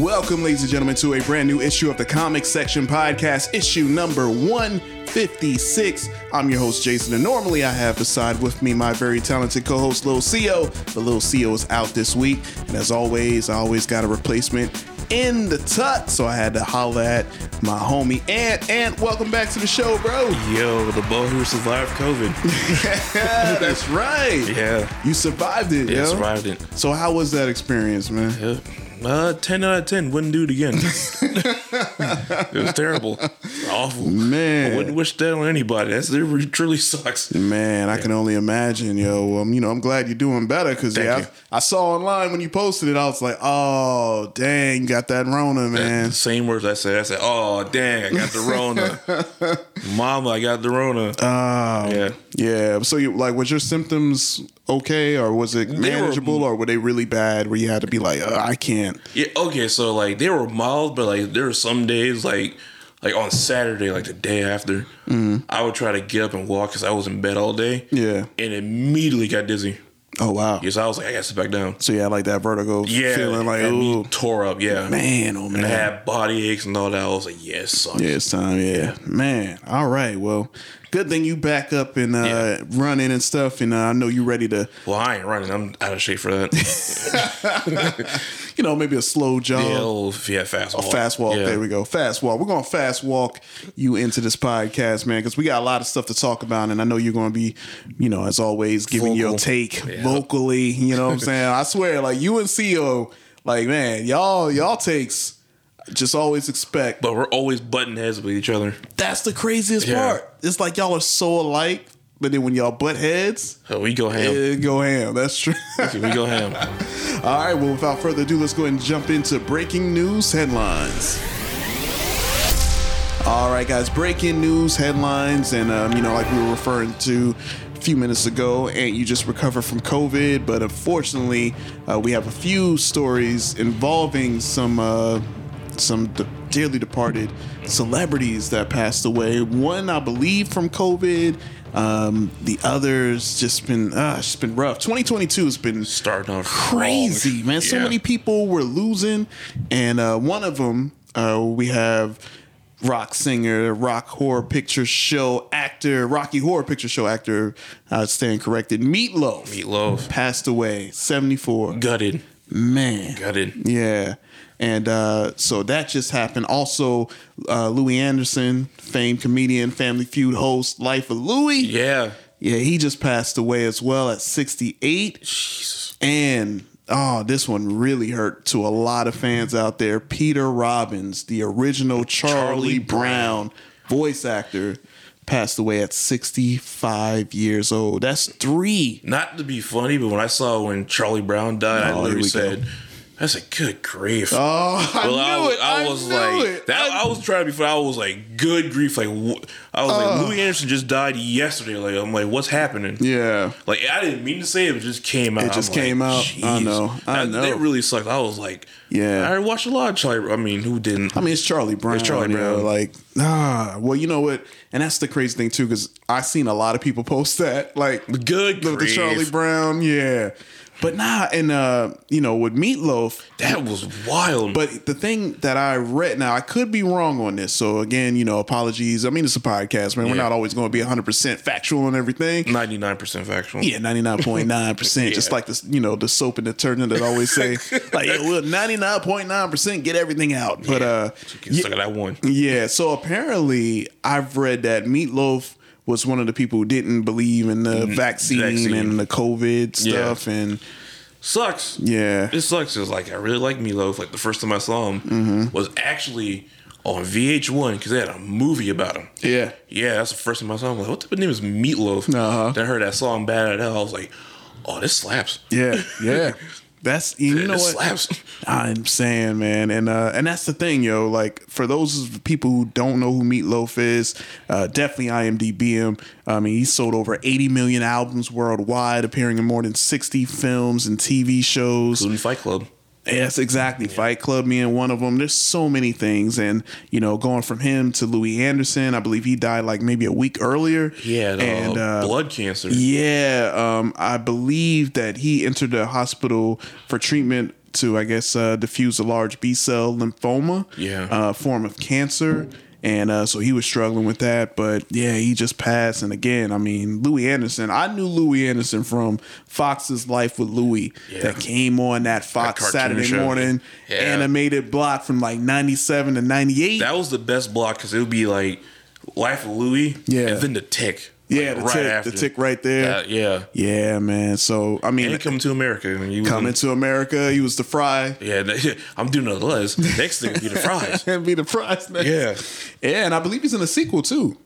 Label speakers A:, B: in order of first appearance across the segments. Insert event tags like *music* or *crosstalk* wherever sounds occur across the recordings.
A: Welcome, ladies and gentlemen, to a brand new issue of the Comic Section Podcast, issue number 156. I'm your host, Jason, and normally I have beside with me my very talented co host, Lil CO, but Lil CO is out this week. And as always, I always got a replacement in the tut, so I had to holler at my homie, Ant. Ant, welcome back to the show,
B: *laughs*
A: bro.
B: Yo, the boy who survived COVID.
A: Yeah, that's right.
B: yeah.
A: You survived it, *laughs*
B: Yeah,
A: yo.
B: survived it.
A: So, how was that experience, man?
B: Yeah. Uh, 10 out of 10. Wouldn't do
A: *laughs*
B: it again. it was terrible. Awful.
A: Man.
B: I wouldn't wish that on anybody. That's, it truly sucks.
A: Man, I can only imagine, yo. Um, you know, I'm glad you're doing better because
B: Thank
A: yeah,
B: you.
A: I, I saw online when you posted it, I was like, oh dang, you got that Rona, man.
B: The same words I said. I said, oh, dang, I got the Rona.
A: *laughs*
B: Mama, I got the Rona.
A: Oh,
B: yeah.
A: yeah. So, you like, was your symptoms okay, or was it
B: were-
A: manageable, or were they really bad where you had to be like, uh, I can't?
B: Yeah, okay, so like they were mild, but like there were some days like like on Saturday, like the day after, I would try to get up and walk because I was in bed all day.
A: Mm-hmm. Yeah.
B: And immediately got dizzy.
A: Oh wow.
B: Yes, I was like, I gotta sit back down.
A: So yeah, like that vertigo
B: Yeah.
A: feeling, like,
B: had me
A: ooh,
B: tore up, yeah.
A: man, oh man.
B: And I had body aches and all that. I was like, yeah, it sucks.
A: Yeah, it's time. Yeah, man. All right. Well, good thing you back up and uh,
B: Yeah.
A: running and stuff, and uh, I know you ready to,
B: Well, I ain't running. I'm out of shape
A: *laughs*
B: for that.
A: you know, maybe a slow jog.
B: yeah, old, yeah, fast walk.
A: Um, Fast walk.
B: Yeah.
A: There we go. Fast walk. We're going to fast walk you into this podcast, man, because we got a lot of stuff to talk about. And I know you're going to be, you know, as always, giving your
B: Vocal.
A: take
B: Yeah.
A: vocally. You know what I'm saying? I swear, like you and CO, like, man, y'all, y'all takes just always expect. But
B: But we're always butting heads with each other.
A: that's the craziest
B: Yeah.
A: part. It's like y'all are so alike, but then when y'all butt heads,
B: So we go ham.
A: it go ham. That's true. *laughs*
B: *laughs* we go ham.
A: All right, well, without further ado, let's go ahead and jump into breaking news headlines. All right, guys, breaking news headlines. And, um, you know, like we were referring to a few minutes ago, and you just recovered from COVID. But unfortunately, uh, we have a few stories involving some. Uh, some d- dearly departed celebrities that passed away. One, I believe, from COVID. Um, the others just been uh, it's been rough. 2022 has been
B: Starting
A: *laughs*
B: off
A: crazy,
B: wrong.
A: man. So
B: Yeah.
A: many people were losing, and uh, one of them uh, we have rock singer, rock horror picture show actor, Rocky Horror Picture Show actor. I stand corrected. Meatloaf,
B: Meatloaf.
A: passed away, seventy four.
B: Gutted.
A: Man,
B: Gutted.
A: yeah. And uh, so that just happened. Also, uh, Louis Anderson, famed comedian, Family Feud host, Life of Louis.
B: Yeah.
A: Yeah, he just passed away as well at 68. And oh, this one really hurt to a lot of fans out there. Peter Robbins, the original Charlie,
B: Charlie
A: Brown, voice actor, passed away at 65 years old. That's three.
B: Not to be funny, but when I saw when Charlie Brown died,
A: Oh, here
B: I literally
A: we go.
B: said, that's a good grief.
A: Oh, *laughs* I knew it. I,
B: was
A: knew
B: like,
A: it.
B: that.
A: I-
B: I, was trying to be funny. I was like, good grief! Like, wh- I was like, Louis Anderson just died yesterday. Like, I'm like, what's happening?
A: Uh. yeah.
B: Like, I didn't mean to say it, but it just came out. I'm
A: just
B: like,
A: came out. I
B: "Jeez."
A: know. I
B: That-
A: know.
B: That really sucked. I was like,
A: Yeah.
B: I already watched a lot of Charlie. I mean, who didn't?
A: I mean, it's Charlie Brown.
B: Charlie
A: you know,
B: Brown.
A: Like, ah, well, you know what? And that's the crazy thing too, because I've seen a lot of people *laughs* post that, like, *laughs*
B: good
A: the,
B: grief!
A: the Charlie Brown, yeah. But nah, and uh, you know, with meatloaf.
B: that was wild.
A: But the thing that I read now, I could be wrong on this. So again, you know, apologies. I mean, it's a podcast, man. We're
B: Yeah.
A: not always going to be 100% factual on everything.
B: 99 percent factual.
A: Yeah, 99.9%. Just
B: *laughs* Yeah.
A: like this, you know, the soap and detergent that I always
B: *laughs*
A: say, like, yeah, well, 99.9% get everything out. But uh
B: Get stuck at that one.
A: yeah, so apparently I've read that Meatloaf was one of the people who didn't believe in the vaccine,
B: Mm-hmm. vaccine.
A: and the COVID
B: Yeah.
A: stuff and
B: Sucks.
A: yeah. Mm-hmm.
B: It sucks. It was like I really like Meatloaf. Like the first time I saw him was actually on VH1 because they had a movie about him.
A: Yeah.
B: Yeah, that's the first time I saw him. like, what the name is Meatloaf?
A: Uh-huh.
B: Then I heard that song Bad at Hell. I was like, oh, this slaps. *laughs*
A: Yeah, yeah. That's you
B: Yeah,
A: know
B: this
A: what
B: slaps. *laughs*
A: I'm saying, man, and uh, and that's the thing, yo. Like for those people who don't know who Meatloaf is, uh, definitely IMDb him. I mean, he sold over 80 million albums worldwide, appearing in more than 60 films and TV shows.
B: Including Fight Club.
A: Yes, exactly. Fight Club being one of them. There's so many things, and you know, going from him to Louis Anderson, I believe he died like maybe a week earlier.
B: Yeah, the,
A: and uh,
B: blood cancer.
A: yeah, um, I believe that he entered the hospital for treatment to, I guess, uh, diffuse a large B cell lymphoma,
B: Yeah.
A: uh, form of cancer. And uh, so he was struggling with that, but yeah, he just passed. And again, I mean, Louis Anderson. I knew Louis Anderson from Fox's Life with Louie
B: Yeah.
A: that came on that Fox
B: cartoon
A: Saturday
B: show.
A: morning
B: Yeah.
A: animated block from like '97 to '98.
B: That was the best block because it would be like Life of Louis,
A: Yeah.
B: and then the tick.
A: yeah,
B: like,
A: the
B: right
A: tick,
B: after.
A: the tick right there.
B: That- yeah.
A: yeah, man. So I mean,
B: And come to America. And you
A: coming to America. He was the fry.
B: Yeah, *laughs* that- I'm doing a less. Next thing will be the
A: *laughs*
B: fries.
A: And be the prize next.
B: Yeah.
A: Yeah, and I believe he's in a sequel too.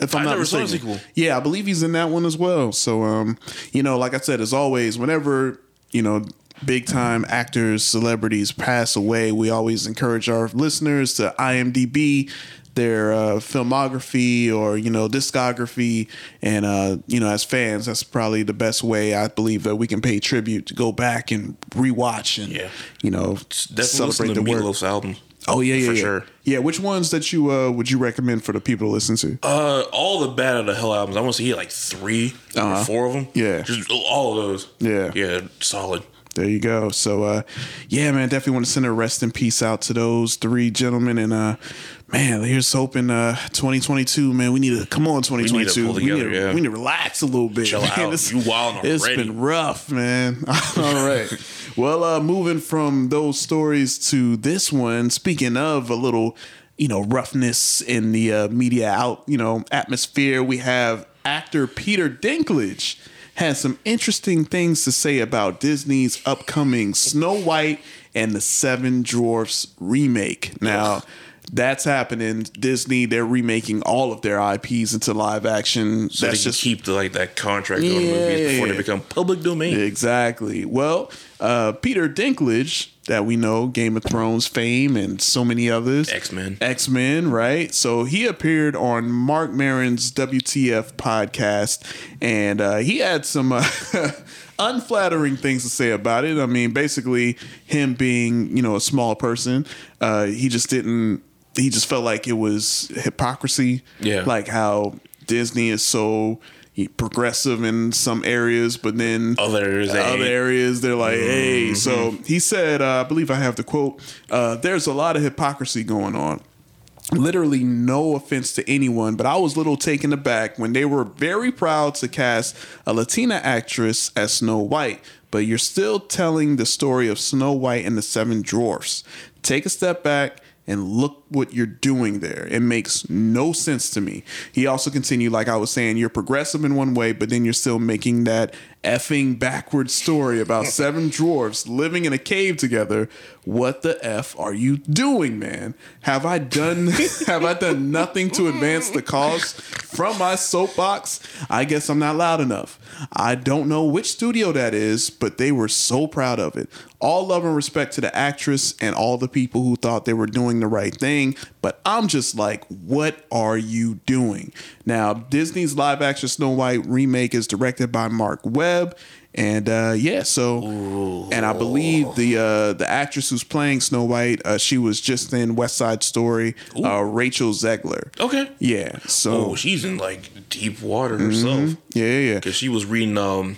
A: If I'm
B: I
A: not
B: never saw a
A: mistaken.
B: sequel.
A: Yeah, I believe he's in that one as well. So um, you know, like I said, as always, whenever, you know, big time actors, celebrities pass away, we always encourage our listeners to IMDB their uh, filmography or you know discography and uh, you know as fans that's probably the best way i believe that we can pay tribute to go back and rewatch and
B: Yeah.
A: you know
B: Definitely listen to
A: the work.
B: Meatloaf's album.
A: Oh yeah, yeah,
B: for
A: yeah.
B: sure.
A: Yeah, which ones that you uh, would you recommend for the people to listen to?
B: Uh, all the Bad of the Hell albums. I want to see like 3 or four of them.
A: Uh-huh. Yeah.
B: just oh, all of those.
A: Yeah.
B: yeah, solid.
A: There you go. So, uh, yeah, man, definitely want to send a rest in peace out to those three gentlemen. And uh, man, here's hoping uh, 2022, man, we need to come on 2022.
B: pull together,
A: need, to,
B: yeah.
A: we need to relax a little bit.
B: Chill
A: man.
B: out. You wildin'
A: It's
B: already.
A: been rough, man. *laughs* All right. well, uh, moving from those stories to this one. Speaking of a little, you know, roughness in the uh, media out, you know, atmosphere, we have actor Peter Dinklage has some interesting things to say about Disney's upcoming Snow White and the Seven Dwarfs remake. Now. That's happening. Disney, they're remaking all of their IPs into live action.
B: So
A: That's
B: they can
A: just
B: keep the, like that contract on the
A: Yeah,
B: movies before
A: yeah.
B: they become public domain.
A: Exactly. Well, uh, Peter Dinklage, that we know, Game of Thrones fame, and so many others.
B: X-Men.
A: X Men, right? So he appeared on Mark Marin's WTF podcast, and uh, he had some uh, *laughs* unflattering things to say about it. I mean, basically, him being you know a small person, uh, he just didn't. He just felt like it was hypocrisy.
B: Yeah.
A: like how Disney is so progressive in some areas, but then
B: Others, they
A: other
B: hate.
A: areas they're like hey so he said uh, i believe i have the quote uh, there's a lot of hypocrisy going on literally no offense to anyone but i was a little taken aback when they were very proud to cast a latina actress as snow white but you're still telling the story of snow white and the seven dwarfs take a step back and look what you're doing there. It makes no sense to me. He also continued, like I was saying, you're progressive in one way, but then you're still making that effing backward story about seven dwarfs living in a cave together. What the f are you doing, man? Have I done *laughs* have I done nothing to advance the cause from my soapbox? I guess I'm not loud enough. I don't know which studio that is, but they were so proud of it. All love and respect to the actress and all the people who thought they were doing the right thing, but I'm just like, what are you doing? Now, Disney's live action Snow White remake is directed by Mark Webb. And uh, yeah, so and I believe the uh, the actress who's playing Snow White, uh, she was just in West Side Story, uh, Rachel Zegler.
B: Okay.
A: Yeah, so
B: Oh, she's in like deep water herself
A: yeah, yeah, yeah.
B: because she was reading um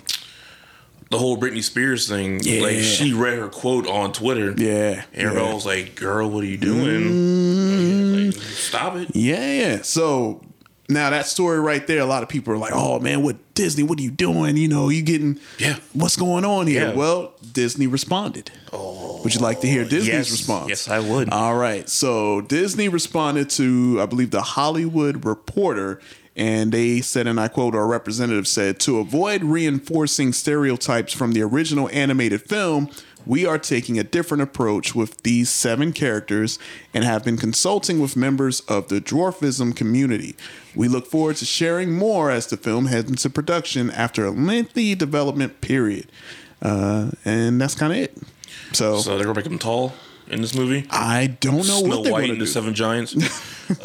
B: the whole Britney Spears thing.
A: Yeah.
B: Like she read her quote on Twitter.
A: Yeah,
B: and everybody
A: yeah. Mm-hmm.
B: was like, "Girl, what are you doing? Like, stop it."
A: Yeah, yeah. So now that story right there, a lot of people are like, "Oh man, what Disney? What are you doing? You know, you getting
B: Yeah.
A: What's going on here?"
B: Yeah.
A: Well, Disney responded. Oh, would you like to hear Disney's
B: yes.
A: response?
B: Yes, I would.
A: All right. So Disney responded to, I believe, the Hollywood Reporter. And they said, and I quote, our representative said, to avoid reinforcing stereotypes from the original animated film, we are taking a different approach with these seven characters and have been consulting with members of the dwarfism community. We look forward to sharing more as the film heads into production after a lengthy development period. Uh, and that's kind of it. So,
B: So they're gonna make him tall in this movie.
A: I don't know
B: Snow
A: what they're
B: White
A: going
B: and
A: to
B: the
A: do. *laughs*
B: Seven Giants.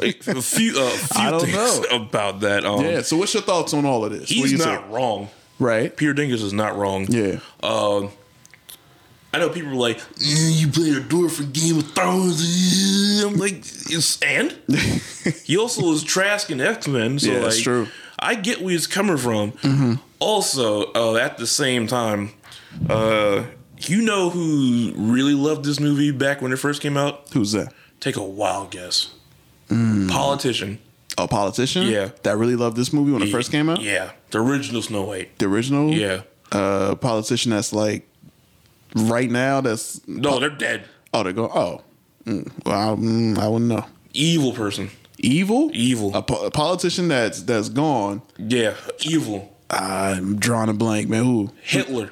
B: like a few, uh, a few
A: I don't
B: things
A: know.
B: about that. Um,
A: yeah. So, what's your thoughts on all of this? what do
B: he's
A: you
B: not
A: say?
B: wrong.
A: right.
B: Peter Dingus is not wrong.
A: Yeah.
B: Um, I know people were like, "Eh, "You played a dwarf in Game of Thrones." eh." I'm like, it's, and he also was Trask in X Men. So
A: Yeah,
B: like,
A: that's true. Mm-hmm.
B: I get where he's coming from. Also, uh, at the same time, uh, you know who really loved this movie back when it first came out?
A: *laughs* Who's that?
B: Take a wild guess.
A: Mm.
B: Politician.
A: A politician?
B: Yeah.
A: That really loved this movie when it first came out?
B: Yeah, the original Snow White.
A: The original?
B: Yeah.
A: Uh, politician that's like right now that's.
B: No, they're dead.
A: Oh, they're going. Oh. Mm, well, I, mm, I wouldn't know.
B: Evil person.
A: Evil?
B: Evil.
A: A, po- a politician that's that's gone.
B: Yeah, evil.
A: I'm drawing a blank, man. Who? *laughs*
B: Hitler.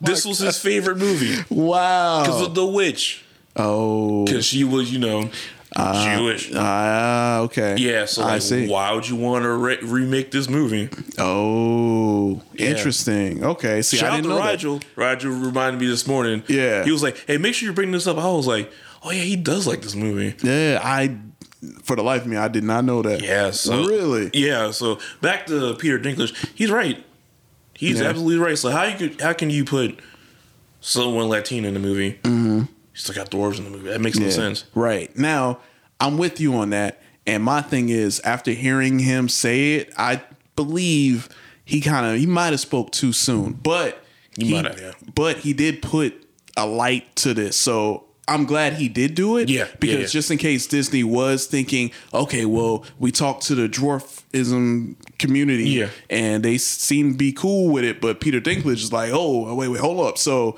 B: this was his favorite movie because
A: Wow.
B: of the witch.
A: Oh.
B: Because she was, you know, Jewish.
A: Ah, okay.
B: yeah, so
A: Uh, I
B: like,
A: see.
B: why would you want to re- remake this movie?
A: Oh, interesting. Okay. See,
B: Shout
A: I
B: out
A: didn't
B: to
A: know that.
B: Rigel. Rigel reminded me this morning.
A: Yeah.
B: he was like, "Hey, make sure you bring this up." I was like, "Oh yeah, he does like this movie."
A: Yeah, I for the life of me, I did not know that.
B: Yeah, so
A: really,
B: yeah. So back to Peter Dinklage, he's right. He's
A: Yeah.
B: absolutely right. So how you could, how can you put someone Latina in the movie? Mm-hmm. You still got dwarves in the movie. That makes no
A: Yeah.
B: sense.
A: Right now, I'm with you on that. And my thing is, after hearing him say it, I believe he kind of he might have spoke too soon, but
B: He
A: he-
B: might have, yeah.
A: but he did put a light to this. So. I'm glad he did do it.
B: Yeah, yeah,
A: Because
B: yeah.
A: just in case Disney was thinking, okay, well, we talked to the dwarfism community
B: Yeah.
A: and they seem to be cool with it, but Peter Dinklage is like, oh, wait, wait, hold up. So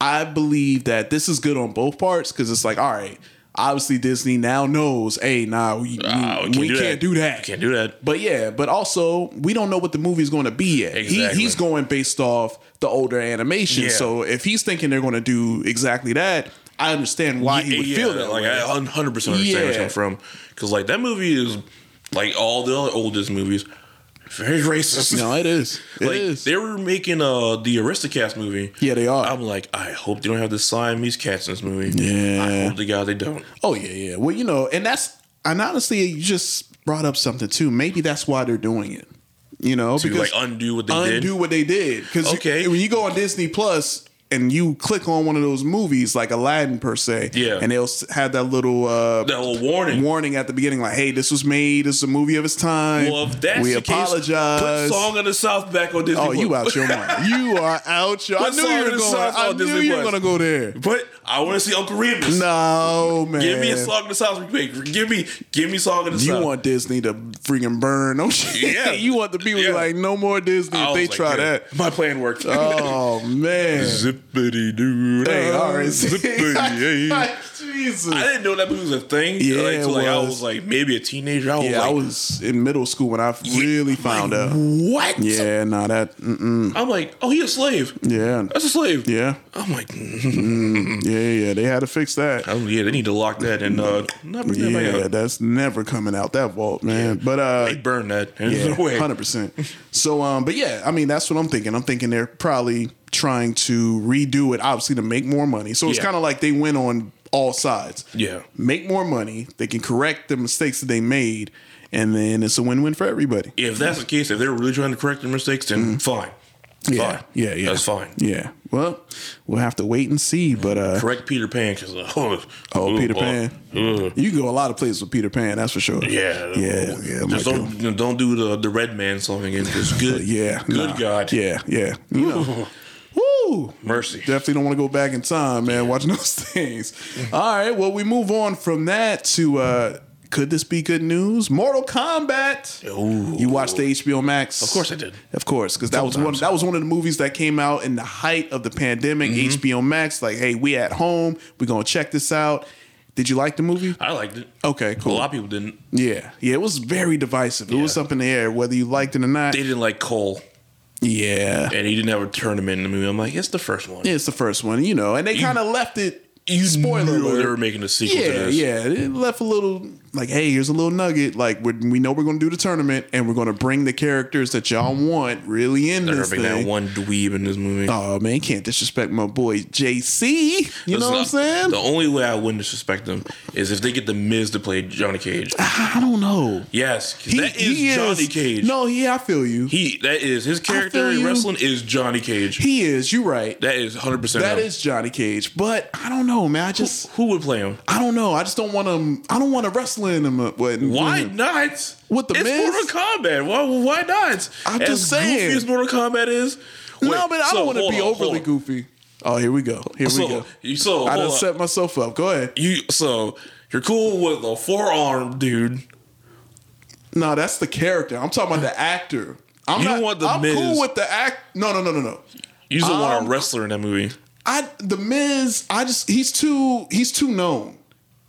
A: I believe that this is good on both parts because it's like, all right, obviously Disney now knows, hey, nah, we, we-
B: Ah,
A: we can't, do, that.
B: We Can't do that.
A: But yeah, but also we don't know what the movie is going to be yet.
B: Exactly.
A: He, he's going based off the older animation,
B: Yeah.
A: so if he's thinking they're going to do exactly that, I understand why he would
B: Yeah,
A: feel that.
B: like
A: way.
B: I 100 percent understand where
A: Yeah.
B: you come from because like that movie is like all the other oldest movies, very racist.
A: no, it
B: *laughs*
A: is. It
B: like
A: is.
B: they were making uh the Aristocats movie.
A: Yeah, they are.
B: I'm like, I hope they don't have the Siamese cats in this movie.
A: Yeah.
B: I hope to God they don't.
A: Oh yeah, yeah. Well, you know, and that's and honestly, you just brought up something too. Maybe that's why they're doing it. You know,
B: To like undo what they
A: undo
B: did.
A: what they did. Because
B: Okay.
A: when you go on Disney Plus and you click on one of those movies like Aladdin per se,
B: Yeah.
A: and they'll s- have that little uh,
B: That little warning.
A: warning at the beginning, like, "Hey, this was made. This is a movie of its time.
B: Well, if that's
A: we
B: the
A: apologize."
B: Case, put Song of the South back on Disney.
A: oh, you
B: Plus.
A: out your mind. You are out your. I
B: Put
A: knew
B: Song
A: you
B: of
A: were
B: the
A: going.
B: South
A: I
B: on
A: knew
B: Disney
A: you were
B: Plus.
A: gonna go there.
B: *laughs* But I want to see Uncle Remus.
A: No man.
B: Give me a Song of the South remake. Give me, give me Song of the
A: You
B: South.
A: want Disney to freaking burn? No shit. *laughs*
B: Yeah.
A: you want the people
B: Yeah.
A: like no more Disney
B: I
A: if
B: was
A: they
B: like,
A: try
B: yeah,
A: that.
B: My plan worked. *laughs*
A: Oh man.
B: Zippity doo.
A: Hey, all *laughs* right.
B: Zippity. hey.
A: Jesus.
B: I didn't know that movie was a thing.
A: Yeah,
B: like, till,
A: it
B: like I
A: was.
B: was like maybe a teenager. I was
A: yeah,
B: Oh, like,
A: I was in middle school when I really found out.
B: what?
A: Yeah, nah, that. Mm-mm.
B: I'm like, oh, he a slave.
A: Yeah,
B: That's Mm. a slave.
A: yeah,
B: I'm like, *laughs*
A: yeah, yeah. They had to fix that.
B: oh yeah, they need to lock that and uh, not bring that back
A: Yeah,
B: out.
A: that's never coming out that vault, man. But uh,
B: They burn that. There's
A: Yeah,
B: no way.
A: hundred percent. So, um, but yeah, I mean, that's what I'm thinking. I'm thinking they're probably trying to redo it, obviously, to make more money. So it's
B: Yeah.
A: kind of like they went on all sides.
B: Yeah.
A: make more money. They can correct the mistakes that they made, and then it's a win-win for everybody.
B: If that's the case, if they're really trying to correct their mistakes, then fine.
A: Mm-hmm. Yeah,
B: Fine.
A: yeah, yeah.
B: That's fine.
A: Yeah. Well, we'll have to wait and see. But uh,
B: Correct Peter Pan because *laughs* oh,
A: oh, Peter
B: boy.
A: Pan,
B: Ugh.
A: you can go a lot of places with Peter Pan. That's for sure.
B: Yeah,
A: yeah, yeah. I'm
B: Just
A: like,
B: don't don't do the the Red Man song again.
A: *laughs*
B: 'cause good,
A: yeah.
B: good
A: nah.
B: God,
A: Yeah, yeah. You know.
B: *laughs*
A: Woo!
B: mercy.
A: Definitely don't want to go back in time, man, watching *laughs* those things. All right, well, we move on from that to uh could this be good news? Mortal Kombat.
B: Ooh.
A: You watched the HBO Max? Of
B: course I did.
A: Of course, because that was one that was one of the movies that came out in the height of the pandemic.
B: Mm-hmm.
A: HBO Max, like, hey, we at home, we're gonna check this out. Did you like the movie?
B: I liked it.
A: Okay,
B: A
A: Oh, cool.
B: lot of people didn't.
A: yeah, yeah, it was very divisive. It was
B: Yeah.
A: up in the air whether you liked it or not.
B: They didn't like Cole.
A: Yeah.
B: and he didn't have a tournament in the movie. I'm like, it's the first one.
A: It's the first one, you know, and they kind of left it.
B: you
A: spoiler
B: knew
A: alert.
B: they were making a sequel to
A: Yeah,
B: this.
A: yeah. It left a little like, hey, here's a little nugget. Like we we know we're gonna do the tournament, and we're gonna bring the characters that y'all want really in
B: They're gonna
A: this
B: bring that
A: thing.
B: one dweeb in this movie.
A: Oh man, can't disrespect my boy JC. You know
B: That's
A: what I'm
B: not-
A: saying?
B: The only way I wouldn't disrespect them is if they get the Miz to play Johnny Cage.
A: I don't know.
B: Yes, 'cause that is Johnny Cage.
A: No, yeah, I feel you. He,
B: he that is his character
A: feel
B: in
A: you.
B: wrestling is Johnny Cage.
A: is. You're right.
B: that is 100. percent
A: that is Johnny Cage. But I don't know, man. I just
B: who would play him.
A: I don't know. I just don't want him. I don't want to wrestle in him. uh, What?
B: Why not?
A: With the
B: it's
A: Miz?
B: Mortal Kombat. Why? Why not?
A: I'm
B: as
A: just saying.
B: Goofy as Mortal Kombat is.
A: no,
B: Wait,
A: but I
B: so
A: don't want to
B: hold
A: be
B: on, hold
A: overly
B: on.
A: goofy. Oh, here we go. Here
B: So,
A: we go.
B: you- so
A: I done
B: hold on.
A: set myself up. Go ahead.
B: You so you're cool with a forearm dude.
A: No, that's the character. I'm talking about the actor. I'm
B: You
A: not,
B: don't want The
A: I'm
B: Miz.
A: cool with the act. No, no, no, no, no.
B: You just don't want
A: Um,
B: a wrestler in that movie.
A: I the Miz. I just he's too he's too known.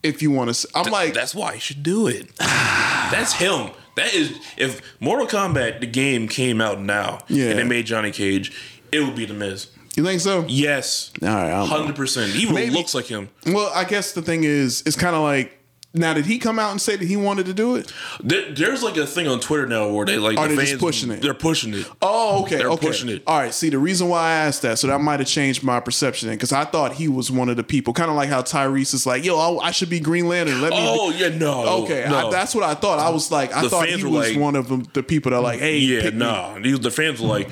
A: If you want to, I'm like
B: That's why you should do it. *sighs* That's him. That is if Mortal Kombat the game came out now
A: Yeah.
B: and they made Johnny Cage, it would be the Miz.
A: you think so?
B: Yes,
A: All right, I don't know.
B: hundred percent. Even
A: Maybe-
B: looks like him.
A: Well, I guess the thing is, it's kind of like now did he come out and say that he wanted to do it?
B: There, there's like a thing on Twitter now where they like
A: Are
B: the
A: they Oh, just pushing it?
B: They're pushing it.
A: Oh, okay.
B: They're
A: okay.
B: pushing it.
A: All right. See, the reason why I asked that, so that might have changed my perception because I thought he was one of the people, kind of like how Tyrese is like, "Yo, I, I should be Green Lantern." Let me.
B: Oh
A: be-
B: yeah, no.
A: Okay,
B: no.
A: I, that's what I thought. I was like, I
B: The
A: thought
B: fans
A: he
B: were
A: was
B: like-
A: one of them, the people that are like, "Hey,
B: yeah,
A: pick me."
B: no. These The fans were like,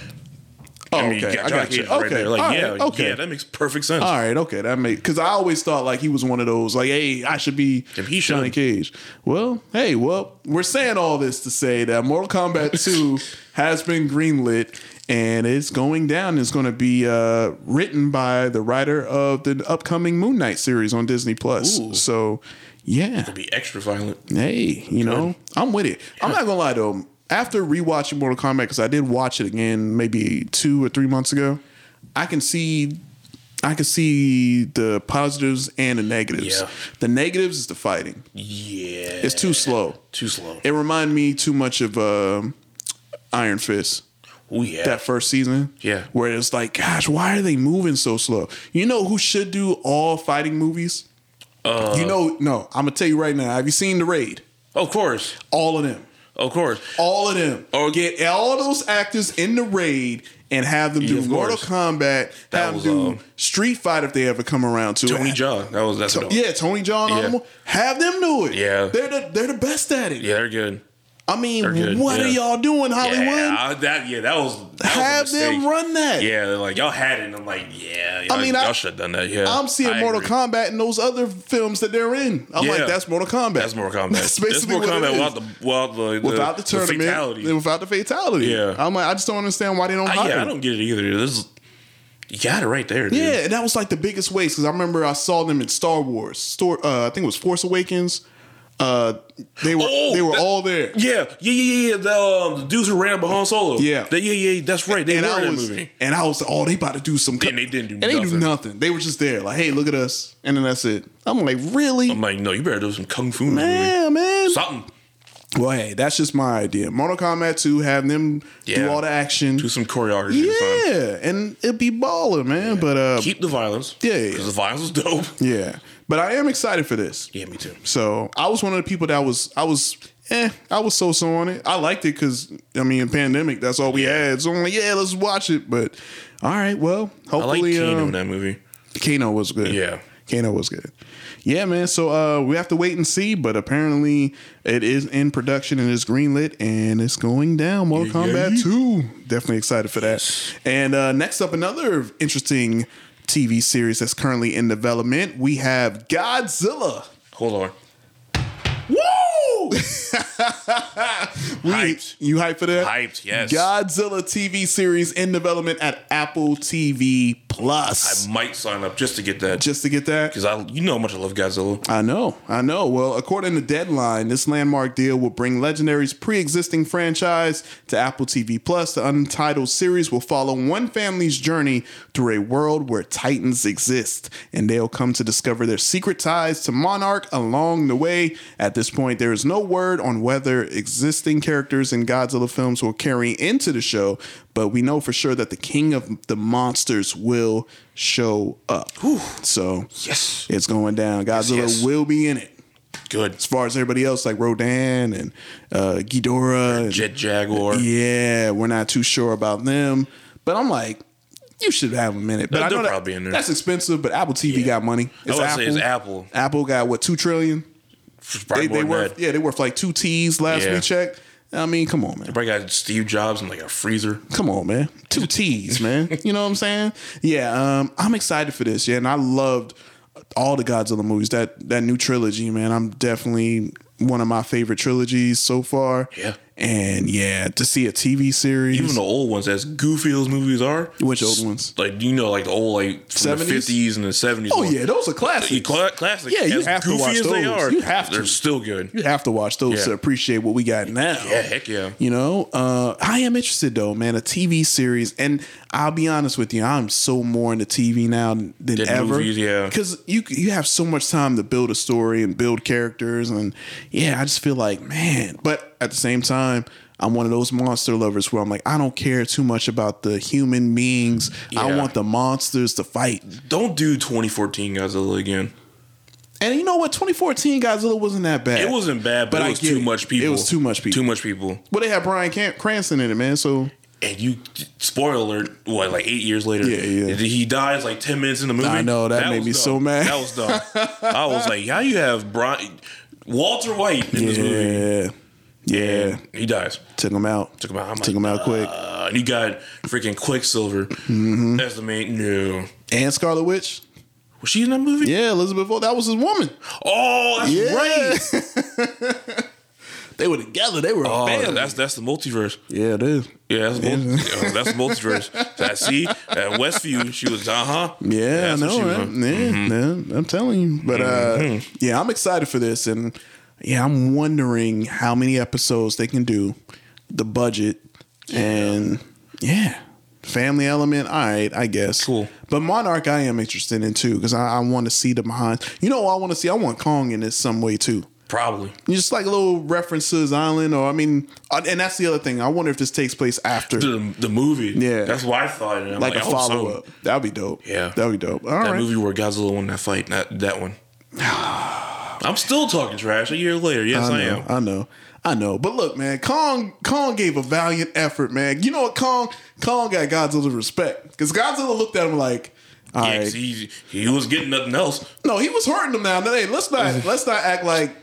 A: Oh,
B: I mean,
A: okay,
B: you got
A: I
B: Johnny
A: got you.
B: Cage right
A: Okay,
B: there. Like,
A: all
B: yeah,
A: right, okay.
B: yeah, that makes perfect sense.
A: All right, okay, that makes because I always thought like he was one of those like, hey, I should be
B: If he
A: Johnny
B: should.
A: Cage. Well, hey, well, we're saying all this to say that Mortal
B: *laughs*
A: Kombat 2 has been greenlit and it's going down. It's going to be uh, written by the writer of the upcoming Moon Knight series on Disney Plus. So, yeah,
B: Be extra violent.
A: hey, you know, I'm with it. I'm not gonna lie though. After rewatching Mortal Kombat, because I did watch it again maybe two or three months ago, I can see, I can see the positives and the negatives.
B: Yeah.
A: The negatives is the fighting.
B: Yeah,
A: It's too slow.
B: too slow.
A: It reminded me too much of um Iron Fist
B: Oh yeah,
A: that first season.
B: Yeah.
A: Where it's like, gosh, why are they moving so slow? You know who should do all fighting movies?
B: Uh,
A: you know, no, I'm gonna tell you right now. Have you seen The Raid?
B: of course,
A: All of them.
B: of course. Oh,
A: All of them.
B: Or-
A: get all those actors in the raid and have them do
B: of
A: Mortal
B: course.
A: Kombat,
B: That
A: have
B: was,
A: them do
B: um,
A: Street Fighter if they ever come around to
B: Tony
A: it.
B: Jaa. That was that's
A: To-
B: what it was.
A: yeah, Tony John.
B: Yeah.
A: Have them do it.
B: Yeah.
A: they're the they're the best at it.
B: Yeah, they're good.
A: I
B: They're good,
A: mean, what are
B: yeah.
A: y'all doing, Hollywood?
B: Yeah, I- that yeah, that was that was a
A: have them
B: mistake.
A: run that.
B: Yeah, they're like y'all had it. And I'm like, yeah, y'all, I mean,
A: mean, I-
B: y'all should have done that. Yeah,
A: I'm seeing
B: I
A: Mortal
B: agree.
A: Kombat and those other films that they're in. I'm
B: Yeah.
A: like, that's Mortal Kombat.
B: That's Mortal
A: *laughs*
B: Kombat.
A: That's basically
B: that's Mortal
A: what it
B: Kombat
A: is.
B: without the without the,
A: without the, tournament,
B: fatality.
A: and without the fatality.
B: Yeah.
A: I'm like, I just don't understand why they don't.
B: I-
A: hire
B: yeah, I
A: them.
B: don't get it either. This is, you got it right there. Dude.
A: Yeah, and that was like the biggest waste because I remember I saw them in Star Wars. Store, uh, I think it was Force Awakens. Uh, they were
B: Oh,
A: they were
B: that-
A: all there.
B: *laughs* Yeah, yeah, yeah, yeah. The, um, the dudes who ran up behind Solo.
A: Yeah.
B: They- yeah, yeah. That's right. They
A: and
B: were in
A: I
B: that
A: was
B: movie.
A: and I was oh they about to do some. co-
B: And they didn't do
A: and they do
B: nothing.
A: nothing. They were just there like hey look at us and then that's it. I'm like really
B: I'm like, no, you better do some kung fu in this movie.
A: man man.
B: Something.
A: Well hey that's just my idea. Mortal Kombat 2 have them
B: Yeah.
A: do all the action.
B: Do some choreography. or something.
A: Yeah, and it'd be baller man. But uh
B: Keep the violence.
A: Yeah, yeah,
B: Because
A: yeah.
B: the violence was dope.
A: yeah, but I am excited for this.
B: Yeah, me too.
A: So I was one of the people that was I was eh I was so so on it. I liked it because I mean pandemic that's all we had. So I'm like yeah let's watch it. But all right well
B: I like
A: hopefully
B: Kano
A: um,
B: in that movie.
A: Kano was good.
B: Yeah.
A: Kano was good. Yeah man. So uh we have to wait and see. But apparently it is in production and it's greenlit and it's going down. Mortal
B: Yeah, yeah,
A: Kombat
B: yeah.
A: two. Definitely excited for that. And uh next up another interesting. TV series that's currently in development. We have Godzilla
B: Hold on.
A: *laughs* Woo! we,
B: Hyped.
A: You hyped for that?
B: Hyped, yes.
A: Godzilla TV series in development at Apple TV Plus.
B: I might sign up just to get that.
A: Just to get that.
B: because I, you know how much I love Godzilla.
A: I know, I know. Well, according to Deadline, this landmark deal will bring Legendary's pre-existing franchise to Apple TV Plus. The Untitled series will follow one family's journey through a world where titans exist, and they'll come to discover their secret ties to Monarch along the way. At this point, there is no word on whether existing characters in Godzilla films will carry into the show, but we know for sure that the King of the Monsters will show up. So
B: Yes.
A: it's going down. Godzilla
B: yes.
A: will be in it.
B: Good.
A: As far as everybody else, like Rodan and uh, Ghidorah, and-
B: Jet Jaguar.
A: yeah, we're not too sure about them. But I'm like, you should have a minute. But
B: They're
A: I know that-
B: probably in there.
A: that's expensive. But Apple TV got money.
B: I would say it's Apple.
A: Apple got what two trillion? They,
B: Probably more
A: they
B: than
A: worth
B: that.
A: yeah, they worth like two T's last
B: Yeah.
A: we checked. I mean, come on, man.
B: Probably got Steve Jobs and like a freezer.
A: Come on, man. Two T's,
B: *laughs*
A: man. You know what I'm saying? Yeah, um, I'm excited for this. Yeah, and I loved all the Godzilla movies. That that new trilogy, man. I'm definitely one of my favorite trilogies so far.
B: Yeah.
A: And yeah, to see a TV series.
B: Even the old ones, as goofy as movies are,
A: which old ones?
B: like you know, like the old like from
A: 70s?
B: the fifties and the seventies.
A: Oh yeah, those are classics.
B: classic.
A: Yeah, you
B: as
A: have to
B: goofy
A: watch
B: as they
A: those.
B: are,
A: You have to.
B: They're still good.
A: you have to watch those
B: Yeah.
A: to appreciate what we got now.
B: Yeah, heck yeah.
A: You know, uh, I am interested though, man. A TV series, and I'll be honest with you, I'm so more into TV now than ever.
B: movies, yeah.
A: because you you have so much time to build a story and build characters, and yeah, I just feel like man. But at the same time. I'm one of those monster lovers where I'm like, I don't care too much about the human beings. I
B: Yeah.
A: want the monsters to fight.
B: Don't do 2014 Godzilla again.
A: And you know what? 2014 Godzilla wasn't that bad.
B: It wasn't bad, but,
A: But I
B: it was
A: get
B: too
A: it.
B: much people.
A: It was too much people.
B: Too much people.
A: Well, they had Brian Can- Cranston in it, man. So
B: And you, spoiler alert, what like eight years later?
A: Yeah, yeah.
B: He dies like ten minutes in the movie.
A: I know, that made
B: was
A: me
B: dumb.
A: so mad.
B: That was dumb.
A: *laughs*
B: I was like, how you have Brian Walter White in this movie?
A: yeah,
B: And He dies.
A: Took him out.
B: Took him out. I'm
A: Took him out Mm-hmm. quick.
B: Uh, and you got freaking Quicksilver. That's the main. No,
A: And Scarlet Witch.
B: was she in that movie?
A: Yeah, Elizabeth. Vo- that was his woman.
B: Oh, that's
A: Yeah.
B: right.
A: *laughs* They were together. They were a
B: Oh,
A: family.
B: that's that's the multiverse.
A: yeah, it is.
B: Yeah, that's, mul- yeah, that's multiverse.
A: *laughs*
B: I see at Westview, she was uh huh.
A: Yeah, I
B: that's what Mm-hmm.
A: know.
B: she
A: Right?
B: was on.
A: Yeah, yeah, I'm telling you. But uh,
B: Mm-hmm.
A: yeah, I'm excited for this, and yeah, I'm wondering how many episodes they can do, the budget, and yeah, family element. All right, I guess.
B: Cool.
A: But Monarch, I am interested in too because I, I want to see the behind. You know, what I want to see. I want Kong in this some way too.
B: Probably.
A: Just like little references to his island, or I mean, uh, and that's the other thing. I wonder if this takes place after,
B: The, the movie.
A: Yeah.
B: That's what I thought. And I'm
A: like,
B: like,
A: a follow up. That'd be dope.
B: Yeah.
A: that'd be dope. All right.
B: That movie where Godzilla won that fight, not that one. *sighs* I'm still talking trash a year later. Yes, I,
A: I know,
B: am.
A: I know. I know. But look, man, Kong Kong gave a valiant effort, man. You know what, Kong? Kong got Godzilla's respect. Because Godzilla looked at him like, all
B: Yeah,
A: right.
B: 'cause he, he was getting nothing else.
A: No, he was hurting him now. Now, Hey, let's
B: *laughs*
A: not let's not act like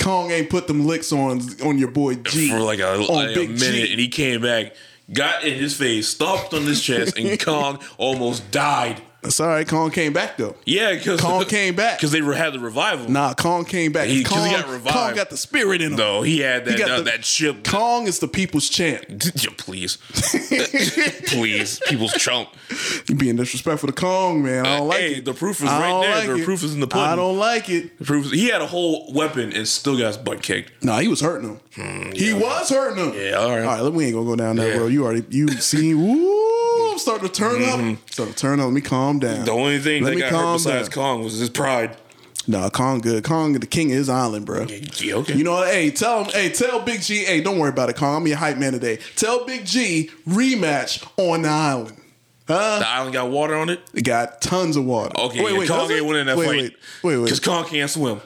A: Kong ain't put them licks on on your boy G.
B: for like a,
A: on
B: like a
A: Big
B: minute,
A: G.
B: and he came back, got in his face, stomped on his chest,
A: *laughs*
B: and Kong almost died.
A: That's all right, Kong came back though.
B: Yeah, because *laughs*
A: Kong came back.
B: because they re- had the revival.
A: Nah, Kong came back.
B: He- 'cause
A: Kong,
B: he got revived.
A: Kong got the spirit in him.
B: no, he had that
A: got
B: that,
A: the-
B: that chip.
A: Kong is the people's champ.
B: *laughs* Yeah,
A: *laughs*
B: please, please, people's chump.
A: You being disrespectful to Kong, man. I don't like
B: Uh, Hey,
A: it.
B: the proof is
A: I
B: right
A: don't
B: there.
A: like
B: The
A: it.
B: proof is in the pudding.
A: I don't like it.
B: Proves he had a whole weapon and still got his butt kicked.
A: No, he was hurting him. He was hurting him.
B: Hmm, Yeah, all right.
A: All right, let- we ain't gonna go down that
B: Yeah.
A: road. You already you see, ooh, I'm starting to turn up. Starting to turn up. Let me calm down.
B: Mm-hmm. The only thing
A: Let
B: that
A: me
B: got hurt
A: calm
B: besides
A: down.
B: Kong was his pride.
A: Nah, Kong good. Kong the king of his island, bro.
B: Yeah, okay.
A: You know, hey, tell him, hey, tell Big G, hey, don't worry about it, Kong. I'm your hype man today. Tell Big G rematch on the island.
B: the island got water on it.
A: It got tons of water.
B: Okay, wait, Kong
A: does it?
B: ain't winning that
A: wait,
B: fight.
A: Wait, wait, wait.
B: Because Kong can't swim.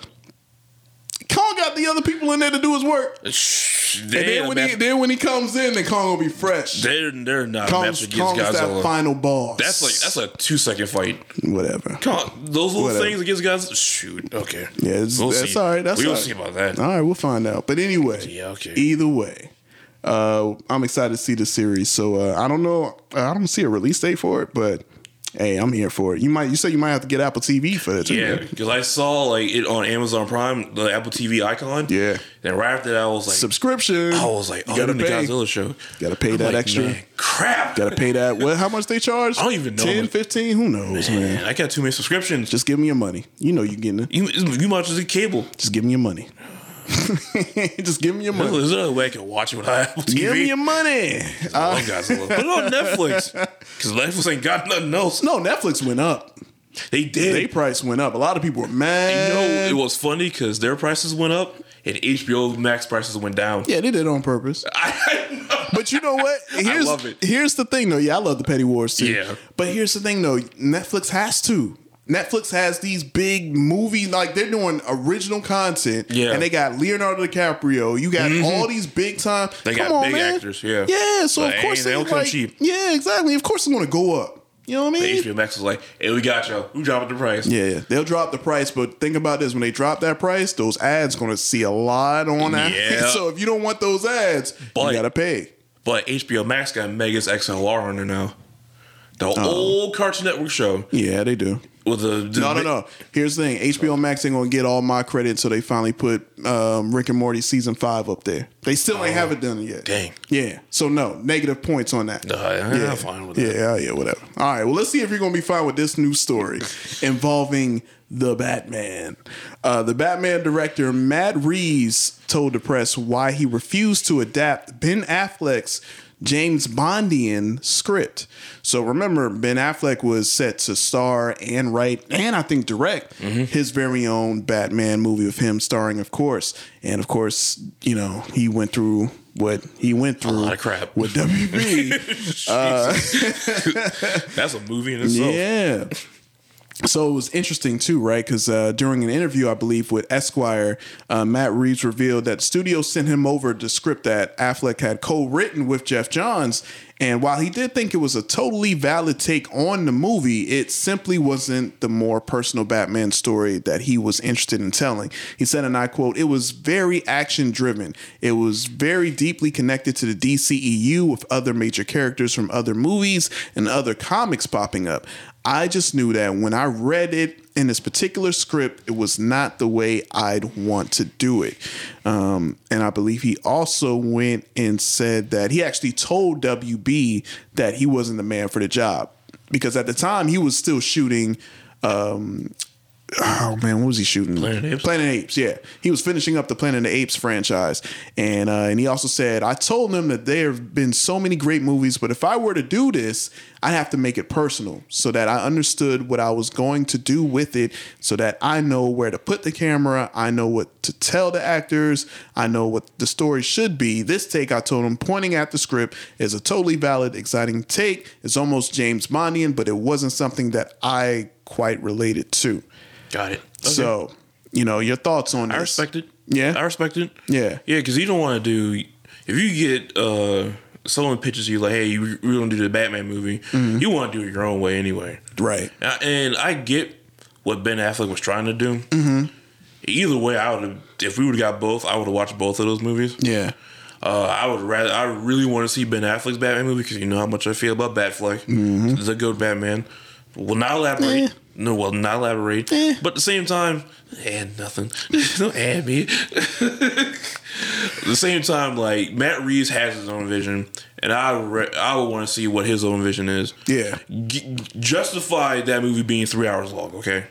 A: Kong got the other people in there to do his work.
B: Shh,
A: And
B: They
A: then
B: ain't a
A: when he
B: match-
A: then when he comes in, then Kong will be fresh.
B: they're they're not
A: Kong,
B: matched against
A: Kong is that
B: Godzilla.
A: final boss.
B: That's like that's a two second fight.
A: whatever.
B: Kong, those little
A: Whatever.
B: things against Godzilla. Shoot, okay.
A: Yeah, it's, that's all right. That's
B: we'll
A: all right.
B: see about that.
A: All right, we'll find out. But anyway,
B: Yeah, okay.
A: Either way, uh, I'm excited to see the series. So uh, I don't know. I don't see a release date for it, but hey, I'm here for it. You might. You say you might have to get Apple TV for that. Too,
B: Yeah,
A: man.
B: because I saw like it on Amazon Prime, the Apple TV icon.
A: Yeah.
B: Then right after that, I was like,
A: Subscription.
B: I was like,
A: you
B: oh,
A: gotta
B: gotta the
A: pay.
B: Godzilla show.
A: Gotta pay that extra.
B: man, crap.
A: Gotta pay that. What? How much they charge?
B: I don't even know.
A: 10, 15? Who knows, man?
B: Man, I got too many subscriptions. Just
A: Just give me your money. You know you getting it.
B: you, you might just get cable.
A: Just give me your money. *laughs* Just give me your money.
B: There's another way I can watch it with Apple TV.
A: Give me your money.
B: I love Godzilla. Put it on
A: *laughs*
B: Netflix because Netflix ain't got nothing else.
A: No, Netflix went up.
B: They did.
A: They price went up. A lot of people were
B: You
A: mad.
B: know, it was funny because their prices went up and HBO Max prices went down. *laughs*
A: Yeah, they did it on purpose. But you know what? Here's,
B: love it.
A: Here's the thing, though. Yeah, I love the petty wars too.
B: Yeah.
A: But here's the thing, though. Netflix has to. Netflix has these big movies, like they're doing original content.
B: Yeah. Mm-hmm.
A: And they got Leonardo DiCaprio. You got all these big time.
B: They
A: Come
B: got
A: on,
B: big
A: man.
B: actors, yeah.
A: Yeah. So
B: But
A: of
B: ain't-
A: course
B: they
A: they
B: don't come
A: like,
B: cheap.
A: Yeah, exactly. Of course it's going to go up. You know what I mean?
B: HBO Max was like, "Hey, we got y'all. We dropping the price."
A: Yeah, yeah, they'll drop the price, but think about this: when they drop that price, those ads going to see a lot on that. *laughs*
B: Yeah.
A: so if you don't want those ads,
B: But-
A: you got to pay.
B: But HBO Max got Megas XLR on there now. The old Cartoon Network show
A: Yeah, they do.
B: with the, the
A: No, no, no. Here's the thing: HBO Max ain't gonna get all my credit until they finally put um, Rick and Morty season five up there. They still ain't haven't done it yet.
B: Oh, Dang.
A: Yeah. So no negative points on that.
B: Uh, I'm fine with
A: yeah,
B: that.
A: Yeah, yeah, whatever. All right. Well, let's see if you're gonna be fine with this new story involving the Batman. Uh, the Batman director Matt Reeves told the press why he refused to adapt Ben Affleck's James Bondian script. So remember, Ben Affleck was set to star and write and I think direct
B: Mm-hmm.
A: his very own Batman movie with him starring, of course. And of course, you know, he went through what he went through
B: lot of crap.
A: with
B: *laughs*
A: WB.
B: That's a movie in itself.
A: Yeah. So it was interesting too, right? Because uh, during an interview, I believe, with Esquire, uh, Matt Reeves revealed that studio sent him over the script that Affleck had co-written with Jeff Johns, and while he did think it was a totally valid take on the movie, it simply wasn't the more personal Batman story that he was interested in telling. He said, and I quote, "It was very action-driven. It was very deeply connected to the DCEU with other major characters from other movies and other comics popping up." I just knew that when I read it in this particular script, it was not the way I'd want to do it. Um, and I believe he also went and said that he actually told WB that he wasn't the man for the job because at the time he was still shooting. Um, oh man, what was he shooting?
B: Planet of the Apes?
A: Planet of the Apes. Yeah, he was finishing up the Planet of the Apes franchise, and uh, and he also said, I told them that there have been so many great movies, but if I were to do this, I'd have to make it personal so that I understood what I was going to do with it, so that I know where to put the camera, I know what to tell the actors, I know what the story should be. This take I told him, pointing at the script, is a totally valid, exciting take. It's almost James Bondian, but it wasn't something that I quite related to.
B: Got it.
A: So, you know, your thoughts on
B: I
A: this?
B: respect it.
A: Yeah?
B: I respect it.
A: Yeah.
B: yeah, because you don't want to do if you get uh someone pitches you like, hey, we we don't do the Batman movie.
A: Mm-hmm.
B: You want to do it your own way anyway,
A: Right.
B: Uh, And I get what Ben Affleck was trying to do. Mm-hmm. Either way, I would have. If we would have got both, I would have watched both of those movies.
A: Yeah.
B: Uh, I would rather. I really want to see Ben Affleck's Batman movie because you know how much I feel about Batfleck,
A: Mm-hmm.
B: the good Batman. Will not elaborate.
A: Eh.
B: No, will not elaborate.
A: Eh.
B: But at the same time, and nothing. *laughs* Don't add me. *laughs* at the same time, like Matt Reeves has his own vision, and I re- I would want to see what his own vision is.
A: Yeah.
B: G- justify that movie being three hours long.
A: *laughs*
B: Okay.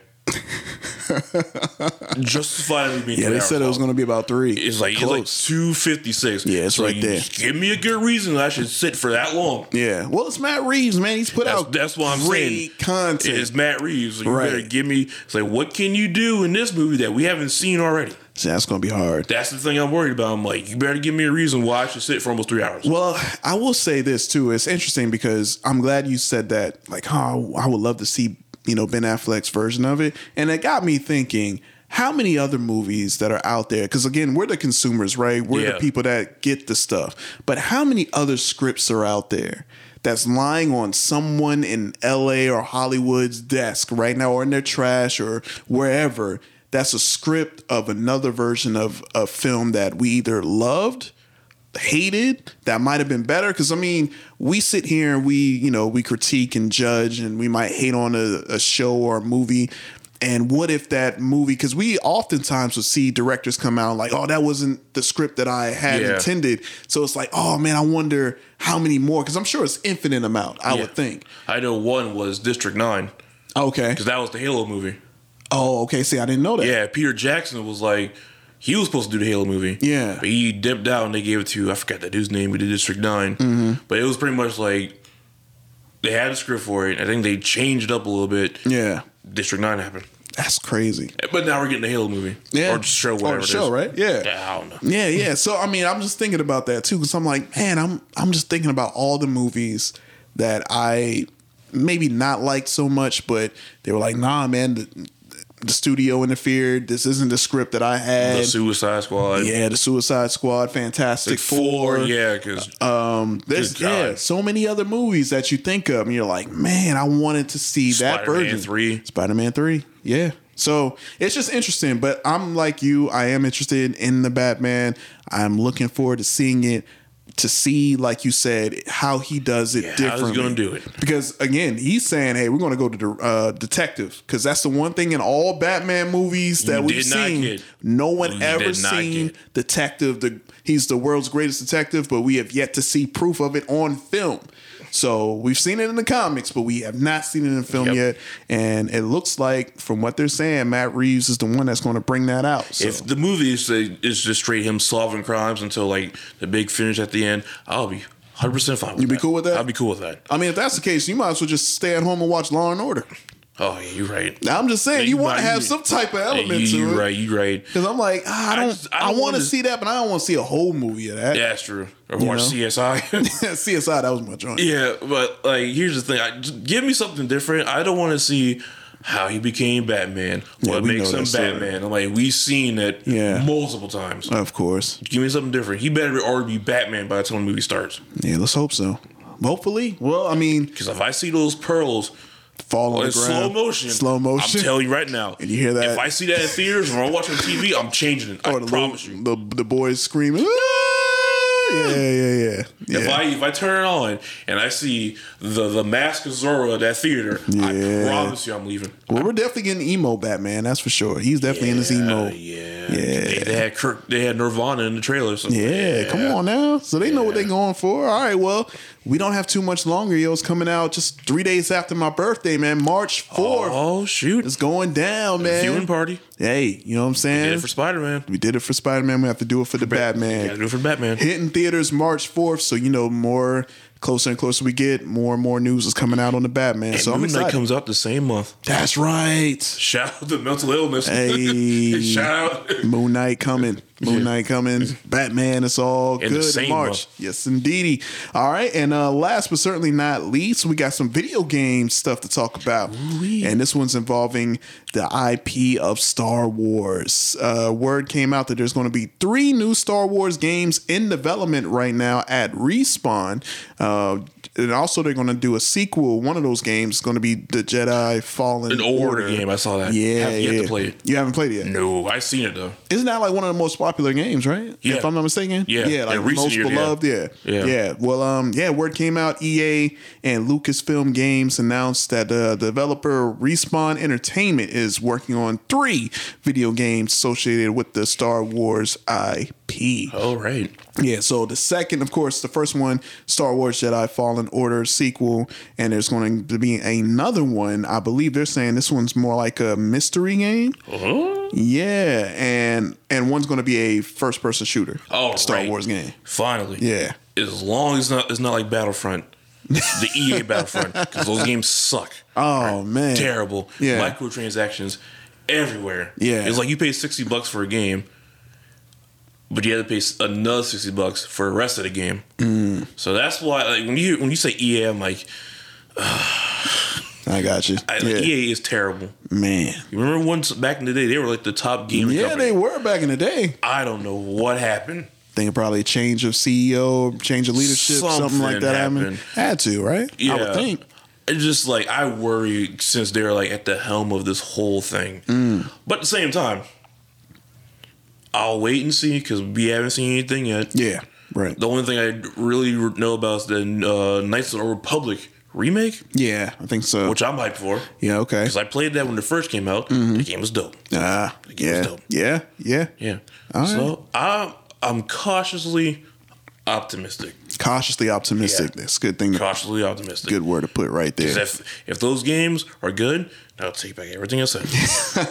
B: justify that movie being
A: Yeah,
B: three
A: they
B: hours
A: said it
B: long.
A: was going to be about three.
B: It's like it's like two fifty six.
A: Yeah, it's right there.
B: Give me a good reason I should sit for that long.
A: yeah. Well, it's Matt Reeves, man. He's put
B: That's,
A: out
B: that's what I'm saying.
A: great content.
B: It's Matt Reeves. So you
A: Right.
B: better give me. It's like, what can you do in this movie that we haven't seen already?
A: See, that's going to be hard.
B: That's the thing I'm worried about. I'm like, you better give me a reason why I should sit for almost three hours.
A: Well, I will say this too. It's interesting because I'm glad you said that. Like, oh, I would love to see you know Ben Affleck's version of it, and it got me thinking. How many other movies that are out there? Because again, we're the consumers, right? We're
B: Yeah.
A: the people that get the stuff. But how many other scripts are out there that's lying on someone in LA or Hollywood's desk right now, or in their trash or wherever? That's a script of another version of a film that we either loved hated that might have been better because i mean we sit here and we you know we critique and judge and we might hate on a, a show or a movie and what if that movie because we oftentimes would see directors come out like oh that wasn't the script that i had
B: Yeah.
A: intended so it's like oh man i wonder how many more because i'm sure it's infinite amount i
B: Yeah.
A: would think
B: I know one was District Nine
A: okay
B: because that was the Halo movie.
A: oh okay see i didn't know that
B: Yeah, Peter Jackson was like, he was supposed to do the Halo movie.
A: Yeah.
B: But he dipped out and they gave it to, I forgot that dude's name, but did District 9.
A: Mm-hmm.
B: But it was pretty much like, they had a script for it. I think they changed it up a little bit.
A: yeah
B: District 9 happened.
A: That's crazy.
B: But now we're getting the Halo movie.
A: Yeah.
B: Or show, whatever.
A: Or
B: it
A: the show,
B: is.
A: right? Yeah.
B: Yeah, I don't know.
A: Yeah, yeah. So I mean, I'm just thinking about that too, because I'm like, man, I'm I'm just thinking about all the movies that I maybe not liked so much, but they were like, nah, man, the, the studio interfered. This isn't the script that I had.
B: The Suicide Squad.
A: yeah, the Suicide Squad, Fantastic
B: Like
A: Four. Uh,
B: four. Yeah, because
A: There's
B: Good God.
A: yeah, so many other movies that you think of, and you're like, man, I wanted to see that
B: Spider-Man
A: version.
B: 3.
A: Spider Man three, yeah. So it's just interesting, but I'm like you. I am interested in the Batman. I'm looking forward to seeing it. To see, like you said, how he does it
B: Yeah, how he's
A: differently.
B: gonna do it.
A: Because again, he's saying, "Hey, we're gonna go to the uh, detective," because that's the one thing in all Batman movies that
B: You
A: we've
B: did not
A: seen.
B: get-
A: No one
B: you
A: ever
B: did not
A: seen
B: get.
A: detective. The he's the world's greatest detective, but we have yet to see proof of it on film. So we've seen it in the comics, but we have not seen it in film
B: Yep.
A: yet. And it looks like, from what they're saying, Matt Reeves is the one that's going to bring that out. So
B: if the movie is, is just straight him solving crimes until like the big finish at the end, I'll be 100% fine with
A: You be cool with that?
B: I'll be cool with that.
A: I mean, if that's the case, you might as well just stay at home and watch Law and Order.
B: Oh, yeah, you're right.
A: Now, I'm just saying,
B: Yeah,
A: you,
B: you
A: want to
B: might-
A: have some type of
B: Yeah,
A: element
B: you,
A: to it.
B: you're right. You're right.
A: Because I'm like, ah, I don't, I,
B: just- I don't
A: want to
B: wanna-
A: see that, but I don't want to see a whole movie of that.
B: Yeah, that's true. Or watch
A: know?
B: *laughs* CSI.
A: *laughs* CSI, that was my joint.
B: yeah, but like, here's the thing. I, just give me something different. I don't want to see how he became Batman.
A: Yeah,
B: What
A: we
B: makes
A: know
B: him
A: that story.
B: Batman? I'm like, we've seen it
A: Yeah. Uh,
B: multiple times.
A: Of course.
B: Give me something different. He better already be Batman by the time the movie starts.
A: Yeah, let's hope so. Hopefully. Well, I mean,
B: Because if I see those pearls
A: fall on
B: in
A: the ground.
B: slow motion,
A: Slow motion.
B: I'm telling you right now.
A: And you hear that?
B: If I see that in theaters or I'm watching TV, I'm changing it.
A: *laughs*
B: I
A: Or the
B: promise
A: little-
B: you.
A: The, the boys screaming. "Ah!" Yeah, yeah, yeah. yeah.
B: If I if I turn it on and I see the the Mask of Zorro at that theater,
A: Yeah.
B: I promise you I'm leaving.
A: well, we're definitely getting emo Batman, that's for sure. He's definitely in his emo.
B: Uh,
A: Yeah,
B: yeah, They, they had Kirk, they had Nirvana in the trailer. So
A: come on now. So they know what they're going for. All right, well, we don't have too much longer. Yo, it's coming out just three days after my birthday, man. March 4th.
B: Oh shoot,
A: It's going down, man.
B: viewing party.
A: Hey, you know what I'm saying?
B: Did it for Spider Man.
A: we did it for Spider Man. We have to do it for the
B: Got to do
A: Batman.
B: it for Batman.
A: Hitting theaters March 4th. So, you know, more closer and closer we get, more and more news is coming out on the Batman.
B: And
A: so I'm
B: Moon Knight
A: excited.
B: comes out the same
A: *laughs*
B: month.
A: That's
B: *laughs*
A: right.
B: Shout out to mental illness.
A: Hey.
B: *laughs* Shout out.
A: Moon Knight coming. Moon Knight coming. Batman, it's all
B: In the
A: good in
B: same
A: March.
B: month.
A: Yes, indeedy. All right. And uh, last but certainly not least, we got some video game stuff to talk about. And this one's involving the IP of Star Wars. Uh, word came out that there's going to be three new Star Wars games in development right now at Respawn. Uh, and also, they're going to do a sequel. One of those games is going to be the Jedi Fallen
B: An order game. I saw that.
A: Yeah,
B: Haven't
A: yeah.
B: yet to play it.
A: You haven't played it yet.
B: No, I seen it though.
A: Isn't that like one of the most popular games, right?
B: Yeah.
A: If I'm not mistaken.
B: Yeah.
A: Yeah, like
B: In recent
A: most
B: years, yeah.
A: beloved. Yeah.
B: Yeah.
A: Well, um, yeah, word came out, EA and Lucasfilm Games announced that uh, developer Respawn Entertainment is working on three video games associated with the Star Wars IP.
B: All right.
A: Yeah, so the second, of course, the first one, Star Wars Jedi Fallen Order sequel, and there's going to be another one. I believe they're saying this one's more like a mystery game.
B: Uh-huh.
A: Yeah, and and one's going to be a first person shooter.
B: All
A: Star
B: right.
A: Wars game.
B: Finally.
A: Yeah.
B: As long as it's not it's not like Battlefront, the EA Battlefront,
A: *laughs*
B: because those games suck.
A: Oh man,
B: Terrible.
A: Yeah.
B: Microtransactions everywhere.
A: Yeah.
B: It's like you pay sixty bucks for a game, but you have to pay s- another sixty bucks for the rest of the game.
A: Mm.
B: So that's why, like, when you when you say EA, I'm like,
A: I got you.
B: I,
A: yeah.
B: like, EA is terrible.
A: Man,
B: You remember once back in the day, they were like the top gaming
A: yeah,
B: company.
A: they were back in the day.
B: I don't know what happened.
A: Think probably a change of CEO, change of leadership, something, like
B: Something
A: that happened.
B: happened.
A: Had to, right? I would think.
B: It's just like I worry since they're like at the helm of this whole thing.
A: Mm.
B: But at the same time, I'll wait and see because we haven't seen anything yet.
A: Yeah, right.
B: The only thing I really know about is the uh, Knights of the Old Republic remake,
A: Yeah, I think so.
B: which I'm hyped for
A: yeah, okay.
B: because I played that when it first came out.
A: Mm-hmm.
B: The game was dope.
A: Ah,
B: game was
A: yeah,
B: dope.
A: yeah, yeah.
B: Yeah.
A: All right.
B: so I'm I'm cautiously optimistic.
A: Cautiously optimistic.
B: Yeah.
A: That's a good thing. To,
B: Cautiously optimistic.
A: good word to put right there.
B: If if those games are good, I'll take back everything
A: *laughs*
B: I said.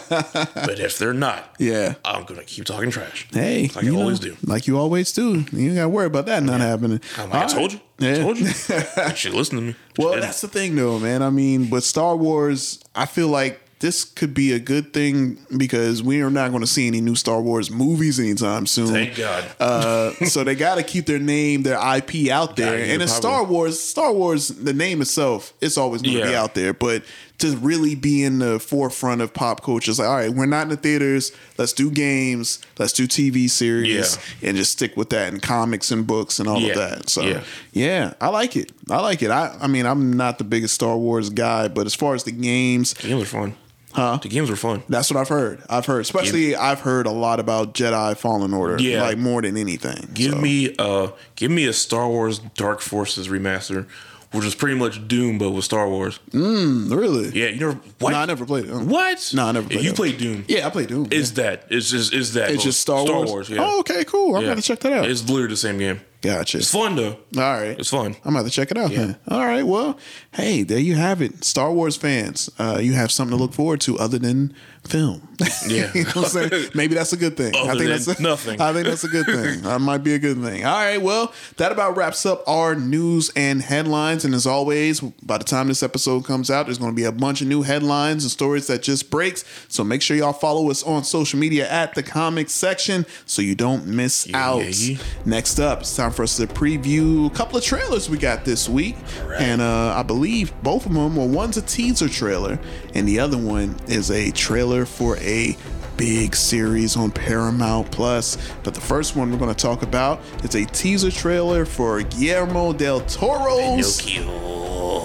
B: but if they're not,
A: Yeah.
B: I'm gonna keep talking trash.
A: Hey,
B: like I
A: you know,
B: always do.
A: Like you always do. You ain't got to worry about that not happening.
B: I'm like, I
A: All
B: told you.
A: right.
B: I
A: Yeah. *laughs*
B: told you. you should listen to me.
A: Well,
B: Yeah.
A: that's the thing, though, man. I mean, but Star Wars, I feel like this could be a good thing because we are not going to see any new Star Wars movies anytime soon.
B: Thank God.
A: Uh, so they got to keep their name, their IP out there.
B: Yeah,
A: and it's
B: probably.
A: Star Wars. Star Wars, the name itself, it's always going to be
B: Yeah.
A: out there. But to really be in the forefront of pop culture, it's like, all right, we're not in the theaters. Let's do games. Let's do TV series, and just stick with that and comics and books and all
B: Yeah.
A: of that. So
B: Yeah.
A: yeah. I like it. I like it. I, I mean, I'm not the biggest Star Wars guy, but as far as the games,
B: The games were fun. Huh? The games were fun.
A: that's what I've heard. I've heard, especially I've heard a lot about Jedi Fallen Order,
B: Yeah.
A: like more than anything.
B: Give
A: So,
B: me uh give me a Star Wars Dark Forces remaster, which is pretty much Doom but with Star Wars.
A: really,
B: Yeah, you never what?
A: No, I never played it. Oh.
B: What?
A: No, I never.
B: If
A: Played
B: you
A: that.
B: play Doom,
A: Yeah, I played Doom.
B: it's
A: yeah.
B: that. It's just it's that.
A: it's
B: but
A: just Star, Wars.
B: yeah.
A: Oh, okay, cool. I'm
B: Yeah.
A: gonna check that out.
B: It's literally the same game.
A: gotcha.
B: It's fun though.
A: All right.
B: It's fun.
A: I'm about to check it out.
B: Yeah.
A: then. All right. Well, hey, there you have it. Star Wars fans, uh, you have something to look forward to other than film.
B: Yeah.
A: *laughs* you know what I'm saying? Maybe that's a good thing. I
B: Other
A: think
B: than
A: that's a,
B: nothing.
A: I think that's a good
B: *laughs*
A: thing. That might be a good thing. All right. Well, that about wraps up our news and headlines. And as always, by the time this episode comes out, there's going to be a bunch of new headlines and stories that just breaks. So make sure y'all follow us on social media at the comic section so you don't miss out.
B: yeah, yeah.
A: Next up, it's time for us to preview a couple of trailers we got this week. And uh, I believe both of them, well, one's a teaser trailer, and the other one is a trailer for a big series on Paramount Plus. But the first one we're going to talk about is a teaser trailer for Guillermo del Toro's.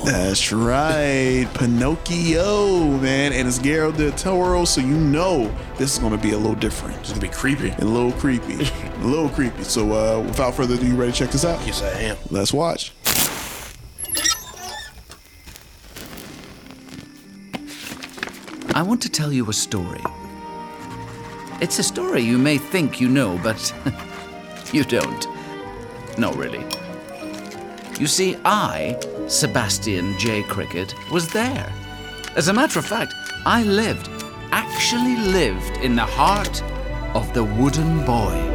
A: That's right, Pinocchio, man. And it's Guillermo del Toro, so you know this is going to be a little different
B: It's gonna be creepy.
A: and a little
B: *laughs*
A: creepy. a little creepy. So uh, without further ado, you ready to check this out?
B: Yes, I am.
A: Let's watch.
C: I want to tell you a story. It's a story you may think you know, but *laughs* you don't. Not really. You see, I, Sebastian J. Cricket, was there. As a matter of fact, I lived, actually lived, in the heart of the wooden boy.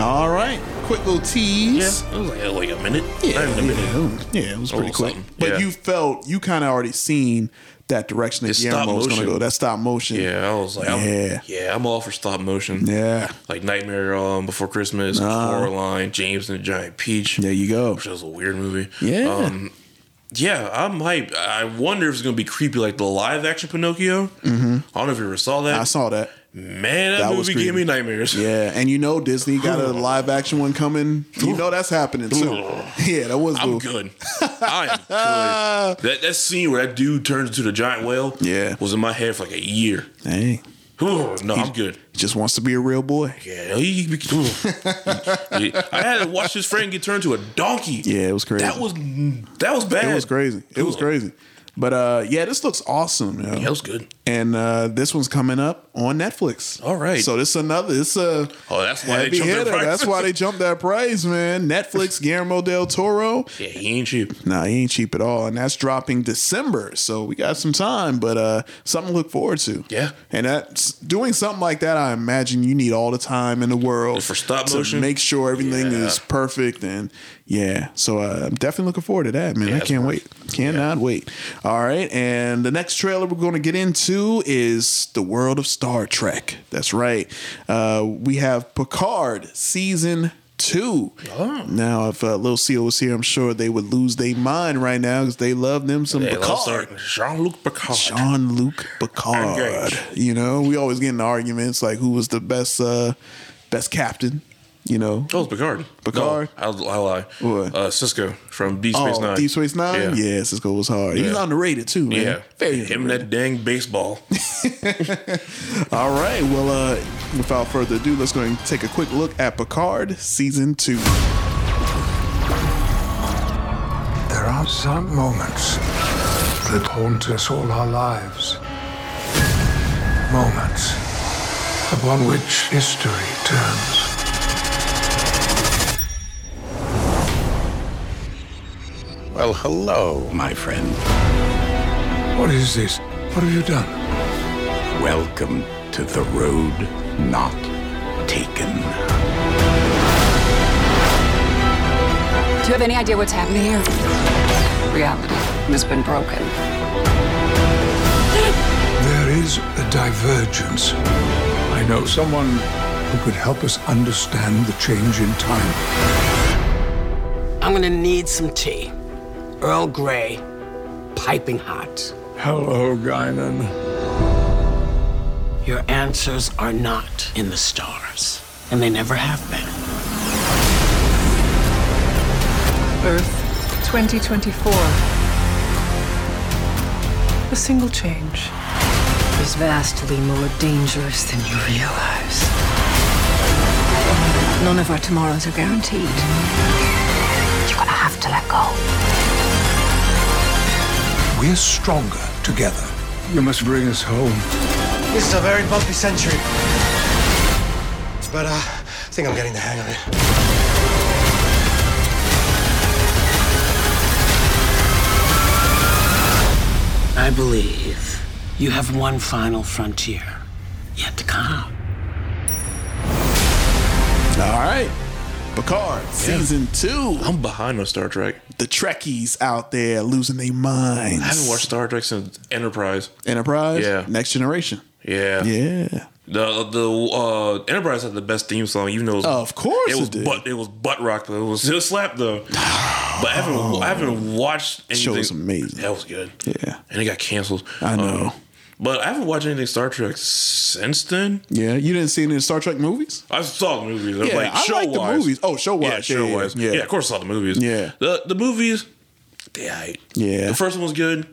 A: All right. Quick little
B: Yeah,
A: tease.
B: it was like, like a minute. Not even a minute.
A: Yeah, it was pretty
B: little
A: quick.
B: Oh, something.
A: But
B: Yeah.
A: you felt you kind of already seen that direction that
B: It's
A: Guillermo
B: stop
A: was going to
B: motion.
A: go. That stop motion.
B: Yeah, I was like, I'm,
A: Yeah.
B: yeah, I'm all for stop motion.
A: Yeah.
B: Like Nightmare um, Before Christmas, Coraline, James and the Giant Peach.
A: There you go.
B: which was a weird movie.
A: Yeah.
B: Um, yeah, I'm hyped. I wonder if it's gonna be creepy like the live action Pinocchio. Mm-hmm. I don't know if you ever saw that.
A: I saw that.
B: Man, that,
A: That was
B: movie gave
A: creepy.
B: me nightmares.
A: Yeah, and you know Disney got a live action one coming. You know that's happening too. *laughs* Yeah, that was
B: *laughs* I'm
A: cool. *laughs*
B: good. I am good. That that scene where that dude turns into the giant whale,
A: Yeah.
B: was in my head for like a year.
A: Hey,
B: no, I'm good.
A: just wants to be a real boy.
B: Yeah, he- he-
A: *laughs*
B: I had to watch his friend get turned to a donkey.
A: Yeah, it was crazy.
B: that was mm, that was bad.
A: It was crazy. It was
B: Cool.
A: crazy. But uh, yeah, this looks awesome. yo.
B: Yeah, it was good.
A: and uh, this one's coming up on Netflix.
B: All right.
A: So this is another. It's a
B: Oh, that's why they
A: heavy
B: jumped their
A: hitter.
B: prices.
A: That's why they jumped that price, man.
B: *laughs*
A: Netflix, Guillermo del Toro.
B: Yeah, he ain't cheap.
A: Nah, he ain't cheap at all, and that's dropping December. So we got some time, but uh, something to look forward to.
B: Yeah.
A: and that's doing something like that. I imagine you need all the time in the world
B: For stop
A: to
B: motion?
A: make sure everything
B: Yeah.
A: is perfect. And yeah, so uh, I'm definitely looking forward to that, man. I
B: that's
A: can't
B: perfect.
A: wait, cannot wait. All right, and the next trailer we're going to get into is the world of Star Trek. That's right. Uh, we have Picard season two. Now, if uh, Lil Seal was here, I'm sure they would lose their mind right now because they love them some
B: Hey, let's
A: Picard.
B: start Jean Luc Picard.
A: Jean Luc Picard.
B: Engage.
A: You know, we always get in arguments like who was the best, uh, best captain. You know,
B: Oh, it's Picard.
A: Picard?
B: No, I, I lie.
A: What? Oh,
B: Uh, Cisco from Deep Space Nine.
A: Deep Space Nine.
B: Yeah.
A: Yeah, Cisco was hard. He was
B: Yeah.
A: underrated too, man.
B: Yeah.
A: Very
B: Him and
A: underrated.
B: that dang
A: *laughs*
B: baseball.
A: All right. Well, uh, without further ado, let's go and take a quick look at Picard season two.
D: There are some moments that haunt us all our lives. Moments upon which history turns.
E: Well, hello, my friend.
D: What is this? What have you done?
E: Welcome to the road not taken.
F: Do you have any idea what's happening here? Reality. has been broken.
D: There is a divergence. I know someone who could help us understand the change in time.
G: I'm gonna need some tea. Earl Grey, piping hot.
D: Hello, Guinan.
G: Your answers are not in the stars, and they never have been.
H: Earth 2024. A single change is vastly more dangerous than you realize.
F: None of our tomorrows are guaranteed. You're gonna have to let go.
D: We're stronger together. You must bring us home.
I: This is a very bumpy century. But uh, I think I'm getting the hang of it.
G: I believe you have one final frontier yet to come.
A: All right. Picard, season two.
B: I'm behind on Star Trek.
A: The Trekkies out there losing their
B: I haven't
A: minds.
B: watched Star Trek since Enterprise.
A: Enterprise,
B: Yeah.
A: Next Generation.
B: Yeah.
A: Yeah.
B: The the uh, Enterprise had the best theme song, even though it was,
A: Oh, Of course
B: it
A: it
B: was
A: did.
B: butt it was butt rock, but it was still
A: *sighs*
B: slap though. But I haven't I haven't watched anything.
A: Show was amazing.
B: That was good.
A: Yeah.
B: and it got canceled. Um,
A: I know.
B: but I haven't watched anything Star Trek since then.
A: Yeah. You didn't see any of the Star Trek movies?
B: I saw the movies.
A: Yeah,
B: like,
A: I like
B: show
A: the
B: wise.
A: movies. Oh, show-wise,
B: Yeah,
A: yeah,
B: show wise.
A: yeah,
B: Yeah.
A: yeah.
B: of course, I saw the movies.
A: Yeah.
B: the the movies. They, aight.
A: Yeah.
B: the first one was good.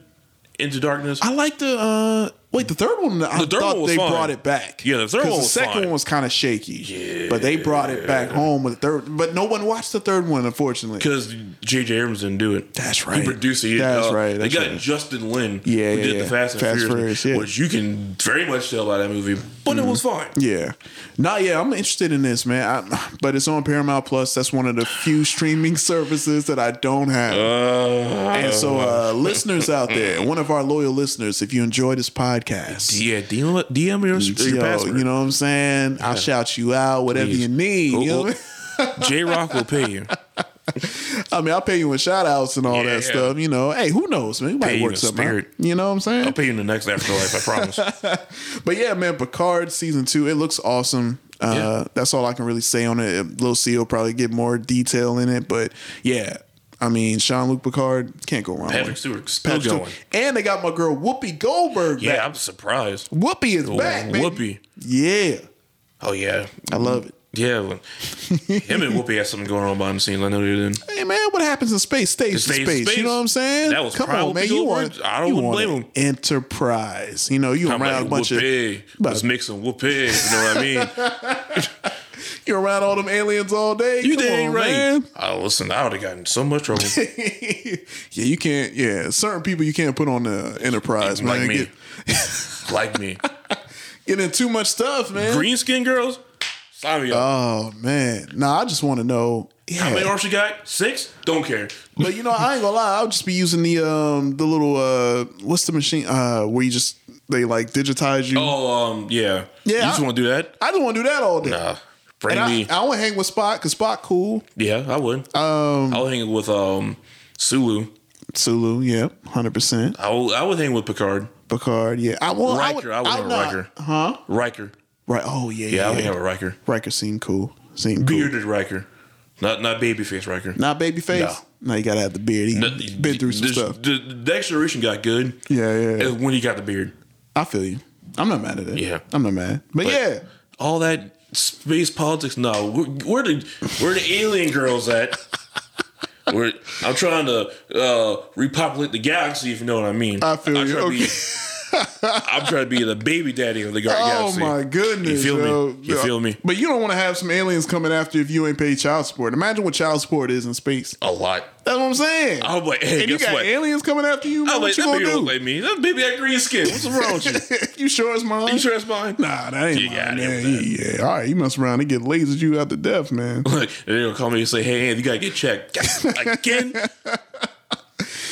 B: Into Darkness.
A: I like the uh wait the third one. I
B: The third
A: thought
B: one was
A: they
B: fine.
A: brought it back.
B: Yeah, the third
A: 'Cause
B: one
A: The
B: was
A: second
B: fine.
A: one was kind of shaky. Yeah, but they brought it back home with the third. But no one watched the third one, unfortunately.
B: Because J.J. Abrams didn't do it.
A: That's
B: He
A: right.
B: produced it.
A: That's
B: Uh,
A: right,
B: They
A: that's
B: got
A: right.
B: Justin Lin.
A: Yeah,
B: who
A: yeah,
B: did the
A: yeah.
B: Fast and
A: Fast
B: Furious,
A: Furious, yeah.
B: which you can very much tell by that movie. But it was fine.
A: Yeah. Nah, yeah, I'm interested in this, man. I, but it's on Paramount Plus. That's one of the few streaming services that I don't have.
B: Uh,
A: and so,
B: *laughs*
A: uh, listeners out there, one of our loyal listeners, if you enjoy this podcast,
B: Yeah, DM, DM your, your
A: yo,
B: password.
A: you know what I'm saying? I'll shout you out, whatever
B: Please.
A: you need.
B: Oh,
A: you know
B: oh.
A: what I mean?
B: J Rock will pay you.
A: I mean, I'll pay you in shout outs and all
B: Yeah.
A: that stuff. You know, hey, who knows, man? You
B: Pay
A: might
B: you
A: work
B: in
A: something out.
B: spirit.
A: You know what I'm saying?
B: I'll pay you in the next afterlife, I promise.
A: But yeah, man, Picard season two, it looks awesome. Uh,
B: Yeah.
A: That's all I can really say on it. Uh, Lil C will probably get more detail in it, but yeah, I mean, Sean Luke Picard can't go wrong.
B: Patrick
A: with it.
B: Stewart still
A: Patrick Stewart.
B: going.
A: and they got my girl Whoopi Goldberg
B: Yeah,
A: back.
B: I'm surprised.
A: Whoopi is back, man.
B: Whoopi.
A: Yeah,
B: Oh yeah,
A: I love it. *laughs*
B: yeah. well, Him and Whoopi had something going on behind the scenes. I know they didn't.
A: Hey man, what happens in space stays in
B: Stays in
A: space,
B: space.
A: You know what I'm saying?
B: That was
A: come
B: probably
A: on, man. You
B: Goldberg.
A: want
B: I don't
A: you
B: wouldn't
A: want
B: blame him.
A: an Enterprise. You know, you
B: I'm
A: around
B: like
A: a bunch of
B: Whoopi.
A: About-
B: Let's make some Whoopi. You know what
A: *laughs*
B: I mean?
A: you around all them aliens all day.
B: You
A: Come
B: dang
A: on,
B: right.
A: man. *laughs*
B: Oh, listen, I would have gotten in so much trouble.
A: yeah, you can't. Yeah, certain people you can't put on the enterprise,
B: Like
A: man.
B: me.
A: Get,
B: *laughs* like me.
A: get in too much stuff, man.
B: Green skin girls? Sign me up.
A: Oh man, nah. I just want to know.
B: How many
A: Yeah.
B: arms you got? Six? Don't care.
A: but you know, I ain't gonna lie. I'll just be using the um the little uh what's the machine uh where you just they like digitize you.
B: Oh, um, yeah.
A: Yeah,
B: You just
A: I-
B: want to do that? Uh,
A: I just want to do that all day.
B: Nah. Bring
A: and I,
B: me.
A: I want to hang with Spock because Spock cool.
B: yeah, I would. Um, I'll hang with um Sulu.
A: Sulu, yeah, hundred percent.
B: I will- I would hang with Picard.
A: Picard, yeah. I want
B: Riker. I would, hang with Riker. Huh? Riker.
A: Right. Oh yeah.
B: Yeah, I
A: Yeah.
B: would hang with Riker.
A: Riker seemed cool. Seemed cool.
B: Bearded Riker. Not not babyface Riker.
A: Not baby face.
B: No.
A: No, you gotta have the beard. He
B: No,
A: been through some
B: the,
A: stuff.
B: The, the next generation got good.
A: Yeah, yeah, yeah.
B: uh, When he got the beard,
A: I feel you. I'm not mad at it.
B: Yeah.
A: I'm not mad. But,
B: But-
A: yeah,
B: all that space politics. No, where, where the where the alien girls at? Where I'm trying to uh, repopulate the galaxy, if you know what I mean.
A: I feel
B: I'm
A: you.
B: trying to be-
A: Okay.
B: I'm trying to be the baby daddy of the gar-
A: Oh
B: galaxy.
A: my goodness,
B: You feel
A: yo.
B: me? You
A: Yeah.
B: feel me?
A: But you don't want to have some aliens coming after you if you ain't paid child support. Imagine what child support is in space.
B: A lot.
A: That's what I'm saying.
B: I'm like, Oh, hey,
A: and you
B: guess
A: got
B: what?
A: aliens coming after you. Man,
B: I'm like,
A: what
B: that
A: you
B: baby don't
A: gonna
B: like me. That baby got green skin. What's
A: *laughs*
B: wrong with *laughs* you?
A: do? you sure it's mine?
B: Are you sure that's mine? *laughs*
A: Nah, that ain't
B: You got
A: mine. man.
B: it with
A: Yeah, all right. You mess around and get lasers you out to death,
B: *laughs*
A: man. *laughs*
B: Like, they're gonna call me and say, "Hey, Ann, you gotta get checked again."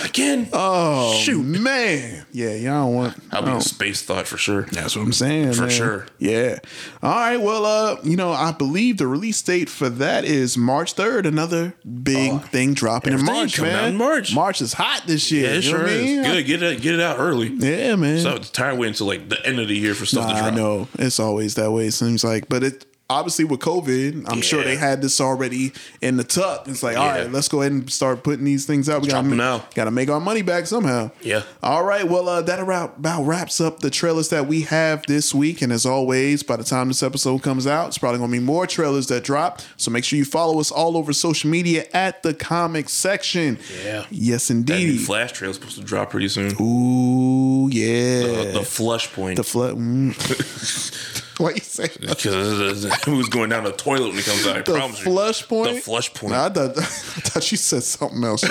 B: again.
A: Oh shoot, man. Yeah, y'all don't want.
B: I'll
A: I
B: be a
A: don't-
B: space thought for sure.
A: That's what I'm saying.
B: For
A: man.
B: sure.
A: Yeah. All right. Well, uh, you know, I believe the release date for that is March 3rd. Another big
B: Oh,
A: thing dropping in
B: everything
A: March,
B: coming out
A: man.
B: in March.
A: March is hot this year.
B: Yeah,
A: you
B: it
A: know
B: sure
A: what I
B: is.
A: mean?
B: Good. Get it, get it out early.
A: Yeah, man.
B: So I'm tired of waiting until like the end of the year for stuff to
A: Nah, I
B: drop.
A: know it's always that way. It seems like, but it obviously with COVID, I'm sure
B: Yeah.
A: they had this already in the tuck. It's like, all
B: Yeah.
A: right, let's go ahead and start putting these things out. We
B: Drop
A: gotta,
B: 'em
A: ma-
B: now.
A: gotta make our money back somehow.
B: Yeah.
A: All right. Well, uh, that about, about wraps up the trailers that we have this week. And as always, by the time this episode comes out, it's probably going to be more trailers that drop. So make sure you follow us all over social media at the comic section.
B: Yeah.
A: Yes,
B: That new
A: indeed.
B: Flash trail supposed to drop pretty soon. Uh,
A: Ooh, yeah.
B: The, the flush point.
A: The
B: *laughs*
A: flood. *laughs* Mm. Why you say
B: Because who's going down the toilet when he comes out? I
A: the
B: promise you.
A: flush point?
B: The flush point.
A: Nah, I, thought, *laughs* I thought you said something *laughs* else.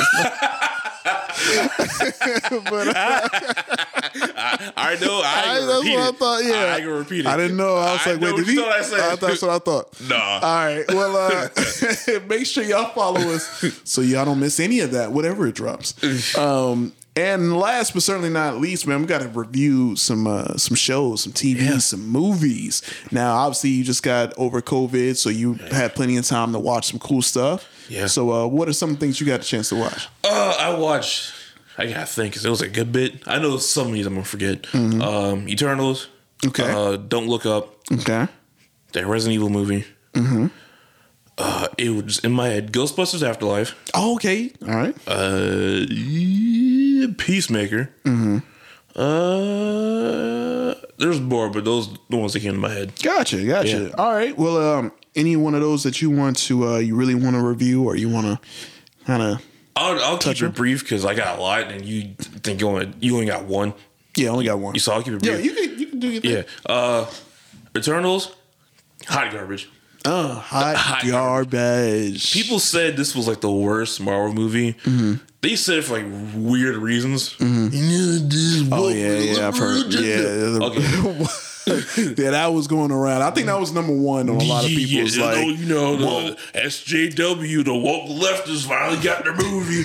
A: but uh,
B: I, I know. I,
A: I-
B: can
A: that's
B: repeat
A: what I
B: it.
A: thought, yeah.
B: I can repeat it.
A: I didn't know. I was
B: I
A: like,
B: know
A: wait,
B: what
A: did
B: you
A: he?
B: thought I said.
A: I thought that's what I thought.
B: Nah.
A: All right. Well,
B: *laughs*
A: uh, *laughs* make sure y'all follow us so y'all don't miss any of that, whatever it
B: *laughs*
A: drops. Um, and last but certainly not least, man, we got to review some uh, some shows, some TV, some movies. Now, obviously, you just got over COVID, so you had plenty of time to watch some cool stuff.
B: Yeah.
A: So, uh, what are some things you got a chance to watch?
B: *laughs* Uh, I watched. I gotta think 'cause it was a good bit. I know some of these I'm gonna forget. Um, Eternals.
A: Mm-hmm. Okay.
B: Uh, Don't look up.
A: Okay.
B: That Resident Evil movie.
A: Mm-hmm.
B: Uh, it was in my head. Ghostbusters Afterlife.
A: Oh, okay. All right.
B: Uh, yeah, Peacemaker.
A: Mm-hmm.
B: Uh, there's more, but those are the ones that came to my head.
A: Gotcha, gotcha.
B: Yeah.
A: All right. Well, um, any one of those that you want to, uh, you really want to review, or you want to kind of,
B: I'll, I'll keep it brief because I got a lot, and you think you only you only got one.
A: Yeah, I only got one.
B: You saw. I'll keep it
A: yeah,
B: brief.
A: you can, you can do your thing.
B: Yeah. Uh Eternals, hot garbage.
A: Uh,
B: *laughs*
A: hot, garbage.
B: People said this was like the worst Marvel movie.
A: Mm-hmm.
B: They said it for like weird reasons.
A: Oh yeah, yeah, I've heard. Yeah, *laughs* yeah, that was going around. I think that was number one on a lot of people's
B: you know,
A: like.
B: you know, the SJW, the woke leftists finally got their movie.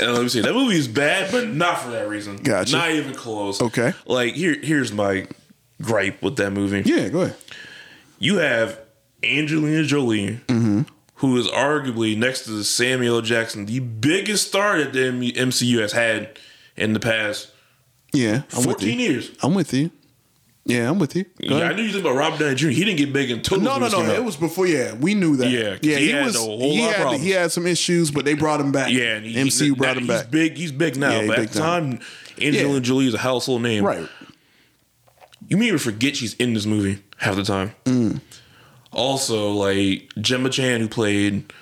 B: and let me see, that movie is bad, but not for that reason.
A: Gotcha.
B: Not even close.
A: Okay.
B: Like here, here's my gripe with that movie.
A: Yeah, go ahead.
B: You have Angelina Jolie,
A: Mm-hmm.
B: who is arguably next to Samuel L. Jackson, the biggest star that the M- MCU has had in the past
A: Yeah, I'm with
B: 14
A: you.
B: years.
A: I'm with you. Yeah, I'm with you. Go
B: Yeah, I
A: ahead.
B: knew you think about Robert Downey Jr. He didn't get big until
A: No, no,
B: those
A: no.
B: movies came
A: It
B: out.
A: was before. Yeah, we knew that.
B: Yeah, 'cause
A: yeah.
B: he
A: He,
B: had
A: was.
B: a whole
A: he,
B: lot of
A: had,
B: problems.
A: he had some issues, but they brought him back.
B: Yeah, and he,
A: MCU
B: he-
A: brought
B: now
A: him
B: he's
A: back.
B: Big, he's big now.
A: Yeah,
B: but
A: big
B: at the time, Angelina
A: Yeah.
B: Jolie is a household name.
A: Right.
B: You may even forget she's in this movie half the time.
A: Mm.
B: Also, like Gemma Chan, who played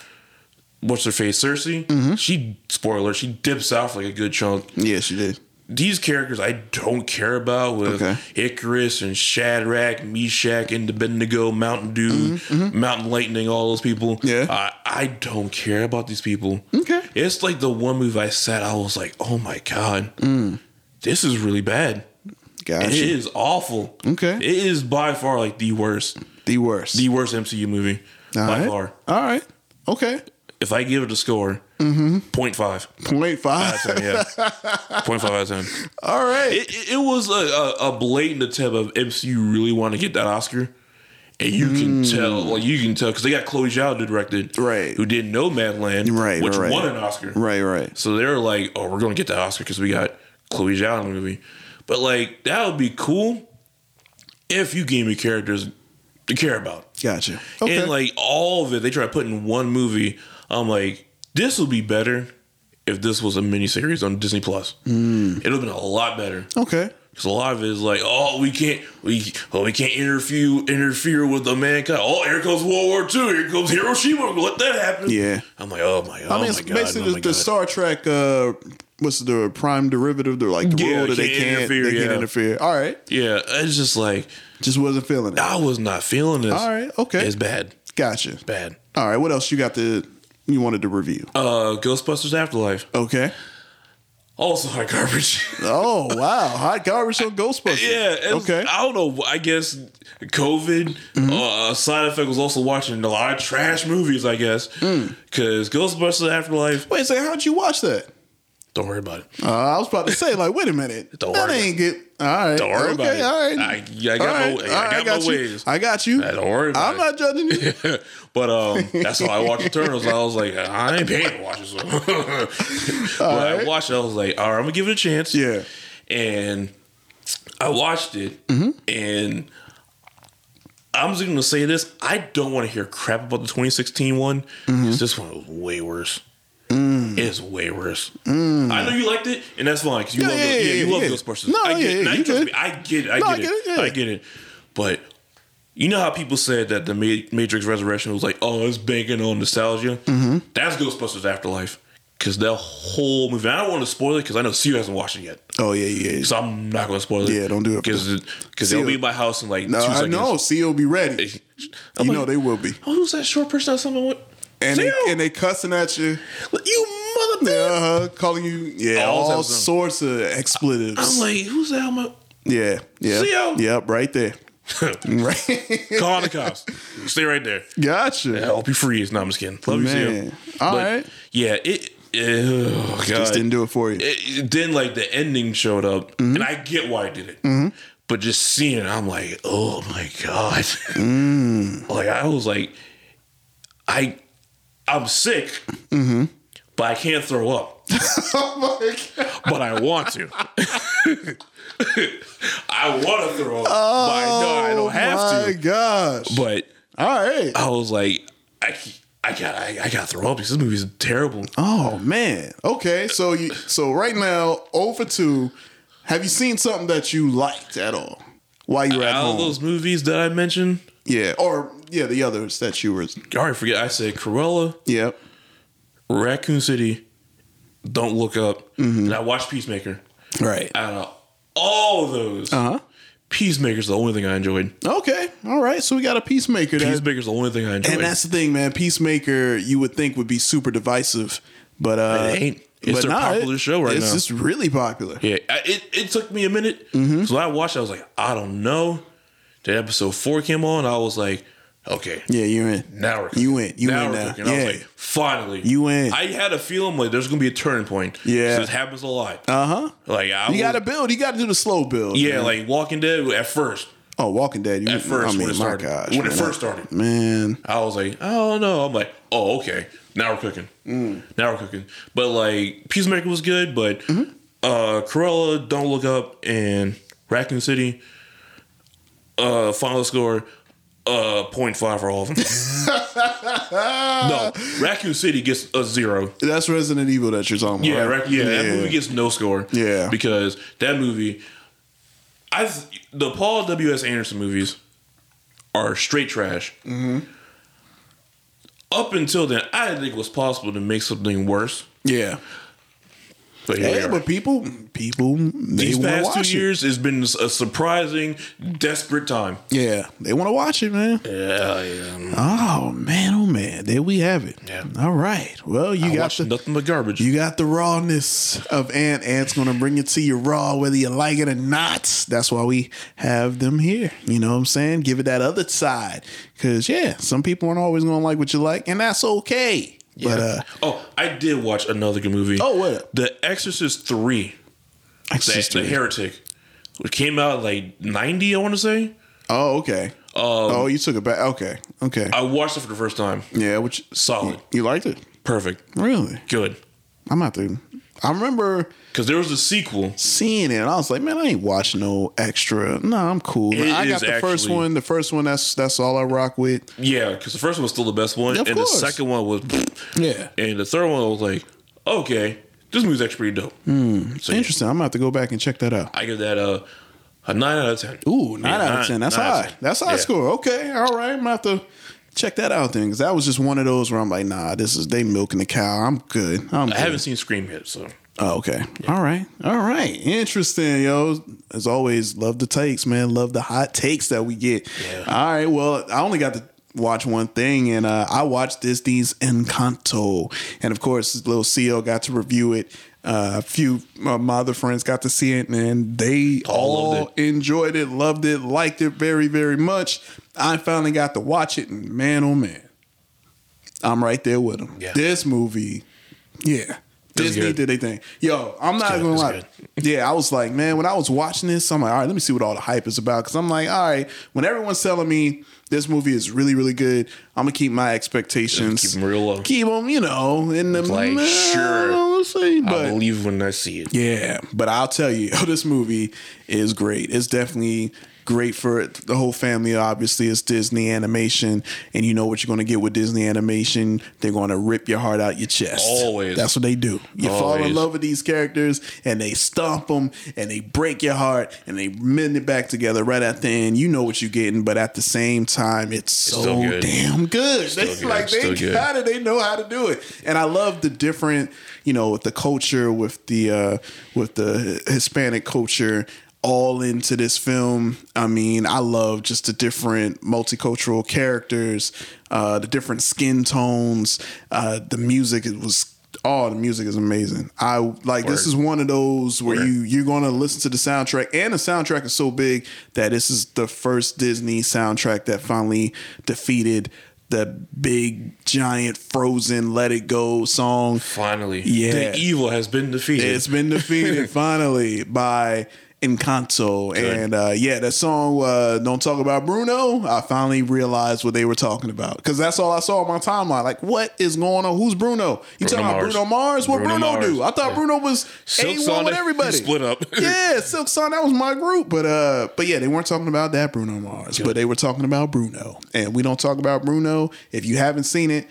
B: what's her face Cersei,
A: Mm-hmm.
B: she spoiler she dips out for like a good chunk.
A: Yeah, she did.
B: These characters I don't care about with
A: Okay.
B: Icarus and Shadrach, Meshach, Bendigo, Mountain Dew,
A: Mm-hmm.
B: Mountain Lightning, all those people. Yeah, I, I don't care about these people.
A: Okay.
B: It's like the one movie I sat, I was like, oh my God,
A: Mm.
B: this is really bad.
A: Gotcha.
B: It is awful.
A: Okay.
B: It is by far like the worst.
A: The worst.
B: The worst MCU movie.
A: All
B: by
A: right.
B: far.
A: All right. Okay.
B: If I give it a score,
A: Mm-hmm.
B: 0.5.
A: Point five.
B: Out of
A: *laughs*
B: 10, yeah. 0.5 out of 10.
A: All right.
B: It, it, it was a, a, a blatant attempt of MCU really wanting to get that Oscar. And you can
A: Mm.
B: tell, like you can tell, because they got Chloe Zhao to direct it, right? Who did not Nomadland,
A: Right,
B: Which
A: right.
B: won an Oscar,
A: Right, right.
B: So they're like, oh, we're gonna get the Oscar because we got Chloe Zhao in the movie. But like that would be cool if you gave me characters to care about.
A: Gotcha.
B: And like all of it, they try to put in one movie. I'm like, this would be better if this was a miniseries on Disney Plus.
A: Mm.
B: It'd have been a lot better.
A: Okay.
B: Because a lot of it is like, oh, we can't, we, oh, we can't interfere, interfere with the mankind. Oh, here comes World War II. Here comes Hiroshima. Let that happen.
A: Yeah.
B: I'm like, oh my god.
A: I mean,
B: oh
A: it's
B: my god.
A: basically
B: oh
A: the,
B: my
A: the
B: God.
A: Star Trek. Uh, what's the prime derivative? They're like the
B: Yeah,
A: rule that they
B: can't
A: can't
B: interfere,
A: they
B: yeah.
A: can't interfere. All right.
B: Yeah, it's just like,
A: just wasn't feeling it.
B: I was not feeling this.
A: All right. Okay.
B: It's bad.
A: Gotcha.
B: Bad.
A: All right. What else you got to you wanted to review?
B: Uh, Ghostbusters Afterlife.
A: Okay.
B: Also hot
A: *laughs*
B: garbage. *laughs*
A: Oh wow, hot garbage on Ghostbusters.
B: Yeah. okay. I don't know. I guess COVID
A: Mm-hmm.
B: uh, side effect was also watching a lot of
A: Mm.
B: trash movies. I guess because Ghostbusters Afterlife.
A: Wait, say how'd you watch that?
B: Don't worry about it.
A: Uh, I was about to say, like, wait a minute.
B: *laughs* Don't
A: that
B: worry
A: ain't good. All right.
B: Don't worry about
A: okay,
B: it.
A: All right.
B: I- I got
A: All right,
B: my- I
A: all
B: got
A: right, I
B: my
A: got you.
B: ways.
A: I got you.
B: Nah, don't worry about
A: I'm not judging
B: *laughs*
A: you.
B: but um, that's how I watched Eternals. I was like, I ain't paying to watch this. one. *laughs* but I watched it. I was like, all right, I'm gonna give it a chance. Yeah. And I watched it, and I'm just gonna say this: I don't want to hear crap about the 2016 one.
A: Mm-hmm.
B: 'cause This one was way worse.
A: Mm.
B: It's way worse. I know you liked it, and that's fine because you
A: Yeah,
B: love
A: yeah,
B: those, yeah,
A: yeah,
B: you love
A: yeah.
B: those Ghostbusters.
A: No,
B: I get,
A: yeah, yeah,
B: now
A: you
B: you trust
A: good.
B: me. I get, it. I
A: No,
B: get
A: I
B: it,
A: get it, yeah.
B: I get it. But you know how people said that the Ma- Matrix Resurrection was like, oh, it's banking on nostalgia.
A: Mhm.
B: That's Ghostbusters Afterlife because that whole movie. I don't want to spoil it because I know Sue hasn't watched it yet.
A: Oh yeah, yeah.
B: So I'm not gonna spoil it.
A: Yeah, don't do it.
B: because because
A: See
B: they'll be
A: you.
B: in my house in like
A: No,
B: two
A: I
B: seconds.
A: know. See, you'll be ready.
B: *laughs* I'm
A: you
B: like-
A: know they will be.
B: Oh, who's that short person? That's something. What?
A: And they, and they cussing at you.
B: You mother.
A: Uh-huh, calling you yeah
B: All
A: all,
B: types of stuff.
A: sorts of expletives.
B: I'm like, who's that? I'm like, *laughs*
A: yeah, yeah,
B: See ya.
A: yep, right there. *laughs* right,
B: Call the cops. Stay right there.
A: gotcha.
B: I hope you freeze. No, I'm just kidding. Love you,
A: Man.
B: Sam.
A: All
B: But,
A: right.
B: Yeah, it. Oh, God.
A: Just didn't do it Mm-hmm. for you.
B: It- it- then, like, the ending showed up, and I get why I did it.
A: Mhm.
B: But just seeing it, I'm like, oh my God.
A: Mm.
B: *laughs* like, I was like, I, I'm sick,
A: Mm-hmm. Oh,
B: but I can't
A: *laughs*
B: throw up. But I want to. *laughs* I want to throw up, but I know I don't have
A: Oh my
B: to.
A: gosh.
B: But
A: all right,
B: I was like, I, I got, I, I got to throw up. because This movie's terrible.
A: Oh man. Okay. So you so right now over two. Have you seen something that you liked at all while you were at
B: All
A: home?
B: those movies that I mentioned.
A: yeah. Or yeah, the others that you were.
B: I already forget. I said Cruella.
A: Yep.
B: Raccoon City. Don't look up.
A: Mm-hmm.
B: And I watched Peacemaker.
A: Right.
B: Out of all of those,
A: Uh huh.
B: Peacemaker's the only thing I enjoyed.
A: Okay. All right. So we got a peacemaker. That,
B: Peacemaker's the only thing I enjoyed.
A: and that's the thing, man. Peacemaker, you would think would be super divisive, but uh,
B: It ain't. It's
A: but
B: their
A: nah,
B: popular
A: it-
B: show right
A: it's,
B: now.
A: It's really popular.
B: yeah, I- it, it took me a minute.
A: Mm-hmm.
B: So when I watched, it, I was like, I don't know. Then episode four came on. I was like, okay,
A: Yeah, you're in.
B: now we're
A: You in. You
B: now
A: in
B: we're
A: now.
B: cooking. I
A: Yeah.
B: was like, finally,
A: You in.
B: I had a feeling like there's gonna be a turning point.
A: Yeah.
B: this happens a lot.
A: Uh huh.
B: Like I
A: You
B: was-
A: got to build. You got to do the slow build.
B: Yeah,
A: man.
B: like Walking Dead at first.
A: oh, Walking Dead. You,
B: At
A: I
B: first,
A: mean,
B: when it
A: my
B: started,
A: gosh,
B: when it
A: man,
B: first
A: I-
B: started,
A: man.
B: I was like, oh no, I'm like, oh okay, now we're cooking, now we're cooking. But like, Peacemaker was good, but uh Cruella, Don't Look Up, and Raccoon City, uh final score, uh 0.5 for all of them. no, Raccoon City gets a zero.
A: That's Resident Evil that you're talking about.
B: Yeah,
A: right?
B: right. Yeah, that movie gets no score.
A: Yeah.
B: because that movie, I th- the Paul W S Anderson movies are straight trash.
A: Mm-hmm.
B: Up until then, I didn't think it was possible to make something worse.
A: yeah.
B: But here we
A: Yeah,
B: are.
A: but people, people, they
B: these
A: want to
B: past
A: watch
B: two
A: it.
B: years has been a surprising, desperate time.
A: Yeah, they want to watch it, man.
B: Yeah, yeah.
A: Oh man, oh man, there we have it.
B: Yeah.
A: All right. Well, you
B: I
A: got
B: watched
A: the
B: nothing but garbage.
A: you got the rawness of Ant. Ant's gonna bring it to you raw, whether you like it or not. That's why we have them here. You know what I'm saying? Give it that other side, because yeah, some people aren't always gonna like what you like, and that's okay. But uh,
B: oh, I did watch another good movie.
A: oh, what?
B: The Exorcist Three.
A: Exorcist
B: the,
A: III.
B: the Heretic. It came out like ninety, I want to say.
A: Oh, okay. oh, you took it back. Okay, okay.
B: Um, I Oh. watched it for the first time.
A: yeah, which
B: Solid,
A: you liked it?
B: perfect,
A: Really?
B: good.
A: I'm not the. I remember
B: Because there was a sequel.
A: seeing it, and I was like, "Man, I ain't watching no extra. No, I'm cool.
B: It
A: I
B: is
A: got the first
B: actually-
A: one. The first one. That's that's all I rock with.
B: Yeah, because the first one was still the best one,
A: Of
B: and
A: course.
B: the second one was, *laughs*
A: Yeah.
B: and the third one was like, okay, this movie's actually pretty dope. So, yeah.
A: Interesting. I'm gonna have to go back and check that out.
B: I give that a a nine out of ten.
A: Ooh,
B: Yeah,
A: nine out of ten. That's
B: nine out of
A: high.
B: 10.
A: That's high
B: Yeah.
A: score. Okay, all right. I'm gonna have to check that out then, because that was just one of those where I'm like, "Nah, this is they milking the cow. I'm good. I'm
B: I
A: good.
B: haven't seen Scream yet, so
A: Oh, okay. All right. All right. Interesting, yo. As always, love the takes, man. Love the hot takes that we get. All right. Well, I only got to watch one thing, and uh, I watched this these Encanto, and of course, little CEO got to review it. Uh, a few of my other friends got to see it, and they all,
B: loved
A: enjoyed it, loved it, liked it very, very much. I finally got to watch it, and man, oh man, I'm right there with them.
B: Yeah.
A: This movie, yeah. Disney
B: good.
A: did they thing. Yo, I'm not gonna lie. Yeah, I was like, man, when I was watching this, I'm like, all right, let me see what all the hype is about. Cause I'm like, all right, when everyone's telling me this movie is really, really good, I'm gonna keep my expectations.
B: Keep 'em real low.
A: Keep them, you know, in the
B: Like, sure.
A: Let's see, but
B: I believe when I see it.
A: yeah, but I'll tell you, *laughs* this movie is great. It's definitely great for the whole family. Obviously, it's Disney animation, and you know what you're going to get with Disney animation. They're going to rip your heart out your chest.
B: Always.
A: That's what they do. You fall in
B: Always.
A: love with these characters, and they stomp them, and they break your heart, and they mend it back together right at the end. You know what you're getting, but at the same time, it's, so
B: still good.
A: damn good. *laughs*
B: Still
A: They
B: good.
A: like they
B: Still good.
A: got it. They know how to do it. And I love the different, you know, with the culture, with the uh, with the Hispanic culture all into this film. I mean, I love just the different multicultural characters, uh, the different skin tones, uh, the music. It was oh, the music is amazing. I like this
B: Word.
A: is one of those where you you're gonna listen to the soundtrack, and the soundtrack is so big that this is the first Disney soundtrack that finally defeated the big giant Frozen "Let It Go" song.
B: Finally,
A: Yeah.
B: the evil has been defeated.
A: It's been
B: *laughs*
A: defeated finally by Encanto. And uh, yeah, that song, uh, Don't Talk About Bruno, I finally realized what they were talking about. Because that's all I saw on my timeline. Like, what is going on? Who's Bruno? You
B: Bruno
A: talking about
B: Mars.
A: Bruno Mars? What Bruno,
B: Bruno
A: do? I
B: Mars.
A: thought
B: Yeah.
A: Bruno was
B: Silk
A: A1
B: Sonic,
A: with everybody.
B: split up.
A: *laughs* yeah, Silk Sonic, that was my group. But uh, but yeah, they weren't talking about that Bruno Mars, but they were talking about Bruno. And we don't talk about Bruno. If you haven't seen it,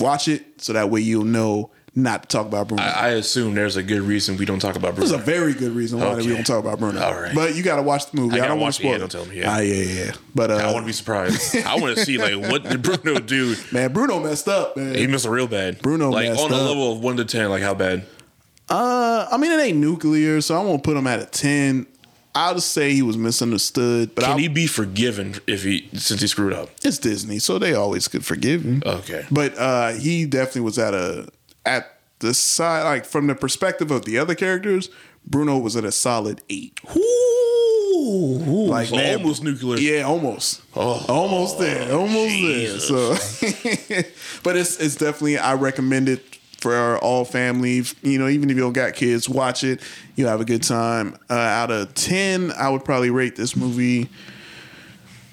A: watch it so that way you'll know not to talk about Bruno.
B: I, I assume there's a good reason we don't talk about
A: There's
B: Bruno.
A: a very good reason why we
B: Okay.
A: don't talk about Bruno.
B: All right.
A: But you got to watch the movie.
B: I
A: I,
B: gotta
A: don't want
B: watch
A: to
B: it.
A: spoil it.
B: Yeah, don't tell me. Yeah.
A: Ah, yeah, yeah, yeah. But uh,
B: I want to
A: *laughs*
B: be surprised. I want to see like what did Bruno do?
A: man, Bruno messed up, man.
B: He missed a real bad.
A: Bruno
B: like
A: messed
B: on a
A: up.
B: level of one to ten, like how bad?
A: Uh, I mean, it ain't nuclear, so I won't put him at a ten. I'll just say he was misunderstood. But
B: Can
A: I,
B: he be forgiven if he since he screwed up?
A: it's Disney, so they always could forgive him.
B: Okay,
A: But uh, he definitely was at a at the side, like from the perspective of the other characters. Bruno was at a solid eight.
B: like
A: Like man,
B: almost nuclear.
A: Yeah, almost.
B: Oh.
A: almost there. Almost there. So, *laughs* but it's it's definitely I recommend it for all family. You know, even if you don't got kids, watch it. You'll have a good time. Uh, out of ten, I would probably rate this movie.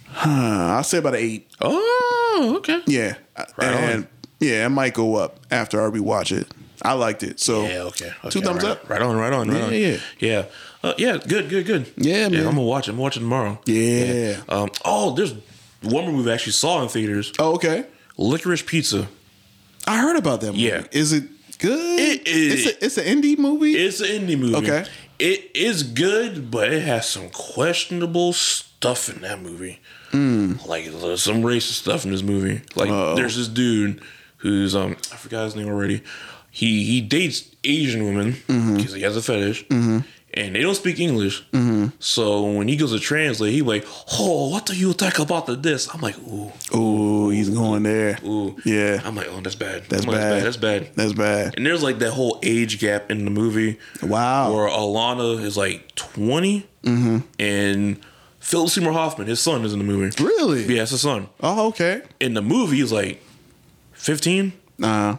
A: Huh, I'll say about an eight.
B: Oh, okay.
A: Yeah,
B: Right on.
A: and yeah, it might go up after I rewatch it. I liked it, so
B: Yeah, okay. okay,
A: two thumbs
B: right,
A: up.
B: Right on, right on, right
A: Yeah,
B: on.
A: yeah.
B: yeah. Uh, yeah, good, good, good.
A: Yeah, man.
B: I'm gonna watch it. I'm watching tomorrow.
A: Yeah.
B: Um, oh, there's one more movie I actually saw in theaters.
A: Oh, okay.
B: Licorice Pizza.
A: I heard about that. Movie.
B: Yeah.
A: is it good?
B: It
A: It's,
B: is.
A: a, it's an indie movie.
B: It's an indie movie.
A: Okay.
B: It is good, but it has some questionable stuff in that movie.
A: Hmm.
B: Like there's some racist stuff in this movie. Like there's this dude who's um I forgot his name already. He he dates Asian women
A: Mm-hmm.
B: because he has a fetish. And they don't speak English,
A: Mm-hmm.
B: so when he goes to translate, he like, "Oh, what do you think about the this?" I'm like, "Ooh,
A: Ooh, he's going there.
B: ooh,
A: Yeah.
B: I'm like, "Oh, that's bad.
A: That's
B: I'm like,
A: bad.
B: That's bad. That's bad."
A: That's bad.
B: And there's like that whole age gap in the movie.
A: Wow. Mm-hmm.
B: Where Alana is like 20 and Philip Seymour Hoffman, his son, is in the movie.
A: Really?
B: Yeah, it's his son.
A: Oh, okay.
B: In the movie, he's like 15.
A: Nah.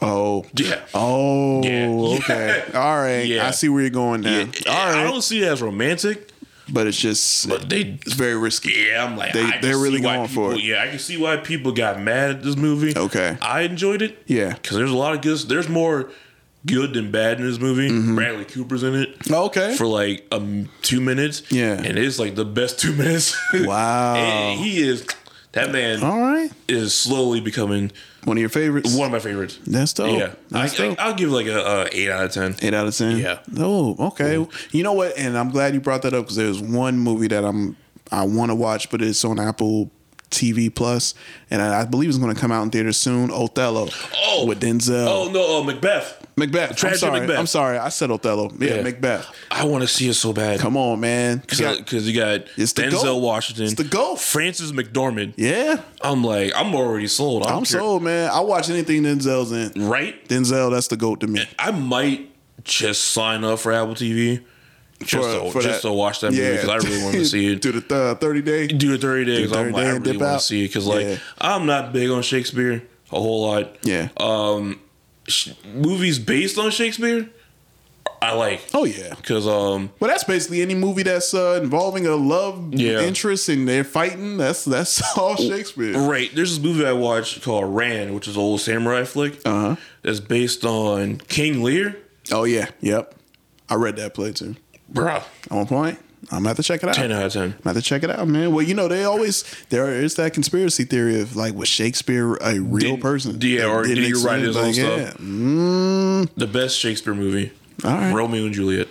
A: Oh.
B: Yeah.
A: Oh.
B: Yeah.
A: Okay. All right.
B: *laughs* Yeah.
A: I see where you're going now.
B: Yeah.
A: All
B: I
A: right.
B: don't see it as romantic,
A: but it's just.
B: but they.
A: it's very risky.
B: Yeah, I'm like
A: They-
B: I can
A: they're really
B: see why
A: going
B: people,
A: for it.
B: Yeah, I can see why people got mad at this movie.
A: Okay.
B: I enjoyed it.
A: Yeah.
B: because there's a lot of good. There's more good than bad in this movie.
A: Mm-hmm.
B: Bradley Cooper's in it.
A: Oh, Okay.
B: for like um two minutes.
A: Yeah.
B: and it's like the best two *laughs* minutes.
A: Wow.
B: and he is that man
A: All right.
B: is slowly becoming
A: One of your favorites.
B: one of my favorites.
A: That's dope.
B: yeah, I,
A: That's dope.
B: I, will give like a, uh eight out of ten.
A: Eight out of ten.
B: Yeah.
A: Oh, okay. You know what? And I'm glad you brought that up because there's one movie that I'm I want to watch, but it's on Apple TV Plus, and I, I believe it's going to come out in theaters soon. Othello.
B: Oh.
A: With Denzel.
B: Oh no, uh, Macbeth.
A: Macbeth. I'm
B: Tragedy
A: sorry.
B: Macbeth.
A: I'm sorry. I said Othello. Yeah,
B: Yeah.
A: Macbeth.
B: I want to see it so bad.
A: Come on, man. You got-
B: because you got
A: It's the
B: Denzel
A: GOAT.
B: Washington,
A: It's the GOAT.
B: Francis McDormand.
A: yeah,
B: I'm like, I'm already sold. I don't
A: I'm
B: care.
A: sold, man. I watch anything Denzel's in.
B: right?
A: Denzel, that's the goat to me.
B: I might just sign up for Apple TV just to, just to watch that movie because I really want to
A: *laughs*
B: see it.
A: Do the th- 30 day.
B: *laughs* do the 30
A: Do
B: days.
A: the 30
B: I'm like,
A: day
B: I
A: and
B: really
A: dip
B: want
A: out.
B: to see it because like
A: Yeah.
B: I'm not big on Shakespeare a whole lot.
A: Yeah.
B: Um, sh- movies based on Shakespeare, I like.
A: Oh yeah,
B: because um,
A: Well, that's basically any movie that's uh, involving a love
B: Yeah.
A: interest and they're fighting. That's that's *laughs* all Shakespeare.
B: Right. There's this movie I watched called Ran, which is an old samurai flick.
A: Uh-huh.
B: Uh huh. That's based on King Lear.
A: Oh yeah, yep. I read that play too,
B: Bruh.
A: On point. I'm gonna have to check it out.
B: Ten out of ten.
A: I'm gonna have to check it out, man. Well, you know they always there is that conspiracy theory of like was Shakespeare a real person?
B: Yeah,
A: That
B: or did
A: didn't
B: he write his own
A: exist? Like,
B: stuff?
A: Mm-hmm.
B: The best Shakespeare movie.
A: All right.
B: Romeo and Juliet.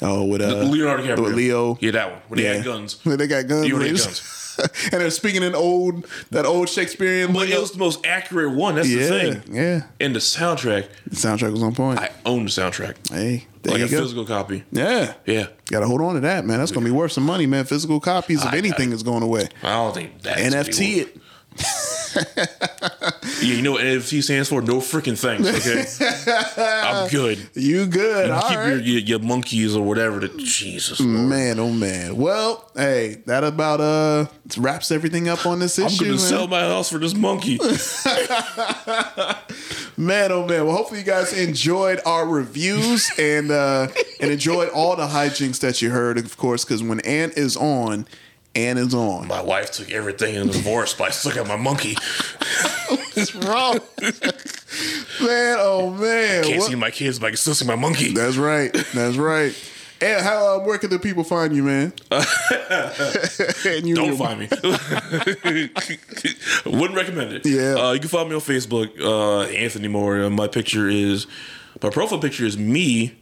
A: Oh, with uh,
B: The- Leonardo DiCaprio.
A: with Leo.
B: Yeah, that one. When
A: Yeah.
B: he had guns.
A: When *laughs* they got guns.
B: You
A: when they
B: already had
A: just- and they're speaking in old that old Shakespearean.
B: But it was the most accurate one. That's
A: yeah,
B: the thing.
A: yeah.
B: And the soundtrack.
A: The soundtrack was on point.
B: I own the soundtrack.
A: hey, there
B: like
A: you
B: a
A: go.
B: physical copy.
A: yeah,
B: Yeah.
A: Gotta hold on to that, man. That's gonna be worth some money, man. Physical copies of
B: I-
A: anything is going away.
B: I don't think that's
A: NFT
B: people-
A: it.
B: Yeah, you know what NFT stands for? No freaking thanks, okay?
A: *laughs*
B: I'm good.
A: You good.
B: You
A: all
B: keep
A: right.
B: your, your your monkeys or whatever. To, Jesus.
A: Man, oh man. Well, hey, that about uh wraps everything up on this
B: I'm
A: issue.
B: going to
A: man.
B: sell my house for
A: *laughs*
B: this monkey.
A: Man, oh man. Well, hopefully you guys enjoyed our reviews and uh and enjoyed all the hijinks that you heard, of course, because when Ant is on, Ant is on.
B: my wife took everything in the divorce, but I still got my monkey.
A: What's wrong? *laughs* man, oh man.
B: Can't
A: What-
B: see my kids, but I can still see my monkey.
A: That's right. That's right. And how uh, where can the people find you,
B: *laughs*
A: man? and you
B: Don't find me. *laughs* Wouldn't recommend it.
A: Yeah.
B: Uh, you can find me on Facebook, uh, Anthony Moria. My picture is, my profile picture is me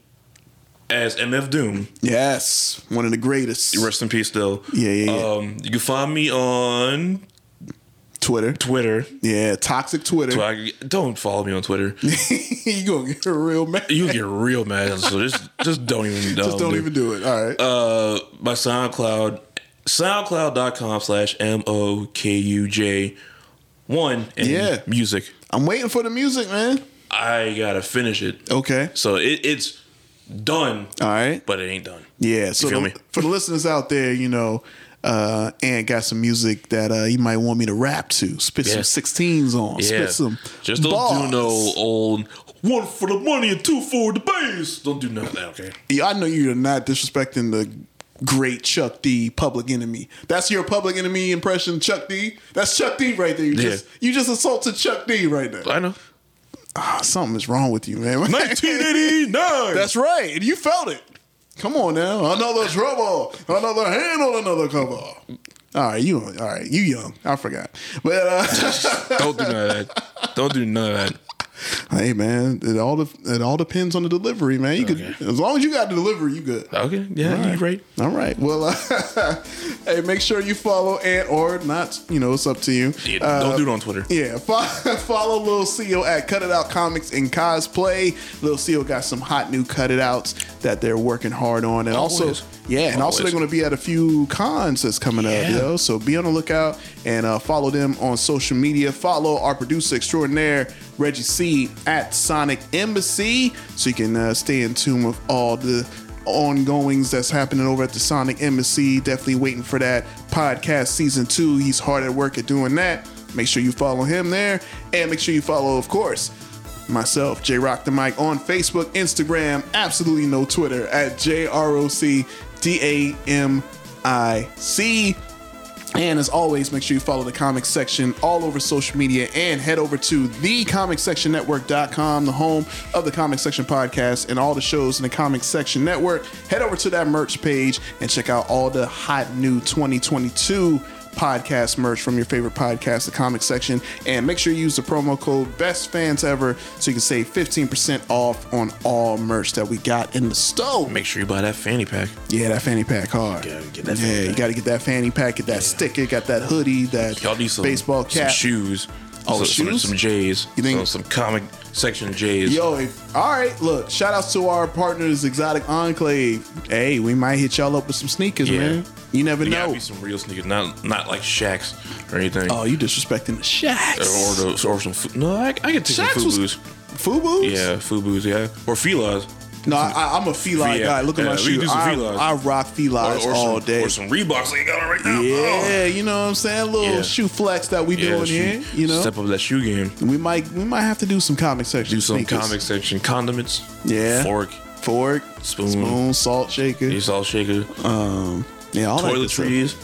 B: as MF Doom.
A: Yes, one of the greatest.
B: Rest in peace, though.
A: Yeah, yeah, yeah.
B: Um, you can find me on
A: Twitter.
B: Twitter.
A: Yeah, toxic Twitter.
B: Twi- Don't follow me on Twitter.
A: *laughs* you gonna get real mad.
B: You get real mad. So just, just don't even.
A: *laughs*
B: Don't,
A: Just don't even do it. All right.
B: uh, my SoundCloud, soundcloud.com slash M O K U J one and
A: Yeah.
B: music.
A: I'm waiting for the music, man.
B: I gotta finish it.
A: Okay.
B: So it, it's done,
A: All right.
B: but it ain't done.
A: Yeah. So
B: feel
A: the-
B: me?
A: for the listeners out there, you know, uh, and got some music that uh, you might want me to rap to. Spit
B: Yeah.
A: some sixteens on. Spit some.
B: Just don't
A: bars.
B: do no old one for the money and two for the bass. Don't do none of that, okay?
A: Yeah, I know you're not disrespecting the great Chuck D. Public Enemy. That's your Public Enemy impression, Chuck D. That's Chuck D. right there. You
B: Yeah.
A: just you just assaulted Chuck D. right there.
B: I know.
A: Ah, something is wrong with you, man. *laughs*
B: 1989.
A: That's right. And you felt it. Come on now. Another trouble. Another hand on another cover. All right, you all right, you young. I forgot. But uh, *laughs*
B: don't do none of that. Don't do none of that.
A: hey man, it all de- it all depends on the delivery, man. You could as long as you got the delivery, you good.
B: Okay, yeah,
A: All
B: you right.
A: All right. Well, uh, *laughs* hey, make sure you follow Ant or not. You know, it's up to you.
B: Yeah,
A: Uh,
B: don't do it on Twitter.
A: yeah, *laughs* fo- follow Lil CEO at Cut It Out Comics and Cosplay. Lil CEO got some hot new Cut It Outs that they're working hard on, and
B: Always.
A: also yeah, and also
B: Always.
A: they're going to be at a few cons that's coming up,
B: Yeah.
A: yo. So be on the lookout and uh, follow them on social media. Follow our producer extraordinaire Reggie C at Sonic Embassy, so you can uh, stay in tune with all the ongoings that's happening over at the Sonic Embassy. Definitely waiting for that podcast season two. He's hard at work at doing that. Make sure you follow him there, and make sure you follow, of course myself, J Rock the Mic, on Facebook, Instagram, absolutely no Twitter at J R O C D A M I C. And as always, make sure you follow the comic section all over social media and head over to thecomicsectionnetwork.com, the home of the comic section podcast and all the shows in the comic section network. Head over to that merch page and check out all the hot new 2022 podcast merch from your favorite podcast, the comic section. And make sure you use the promo code best fans ever so you can save 15% off on all merch that we got in the store.
B: Make sure you buy that fanny pack.
A: Yeah, that fanny pack hard.
B: Yeah, get that
A: yeah,
B: fanny
A: you
B: pack.
A: got to get that fanny pack, get that sticker, got that hoodie, that
B: Y'all need some
A: baseball
B: some
A: cap.
B: shoes.
A: Oh,
B: some, some-
A: shoes?
B: Some, J's.
A: You think-
B: some, some comic section J's.
A: Yo, if, all right, look, shout outs to our partners, Exotic Enclave. Hey, we might hit y'all up with some sneakers,
B: Yeah.
A: man. You never
B: They gotta
A: know.
B: be some real sneakers, not not like Shacks or anything.
A: Oh, you disrespecting the
B: or
A: Shacks.
B: the, or some fu- no, I, I could take
A: Shaq's
B: some
A: was-
B: Fubu's.
A: Fubu's?
B: Yeah, Fubu's. Yeah, or Fila's.
A: No, I, I, I'm a Feli
B: Yeah,
A: guy. Look at
B: yeah,
A: my
B: we
A: shoe.
B: can do some
A: I,
B: Felines.
A: I rock Felines
B: or, or
A: Oh, all
B: some,
A: day.
B: Or some Reeboks they got right now.
A: Yeah, you know what I'm saying? little
B: Yeah.
A: shoe flex that we
B: Yeah,
A: doing
B: shoe-
A: here. You know,
B: step up that shoe game.
A: we might we might have to do some comic section.
B: Do some
A: sneakers.
B: comic section condiments.
A: Yeah.
B: fork,
A: fork,
B: spoon,
A: spoon, salt shaker.
B: Yeah, salt shaker.
A: Um, yeah, all that good stuff.
B: toiletries.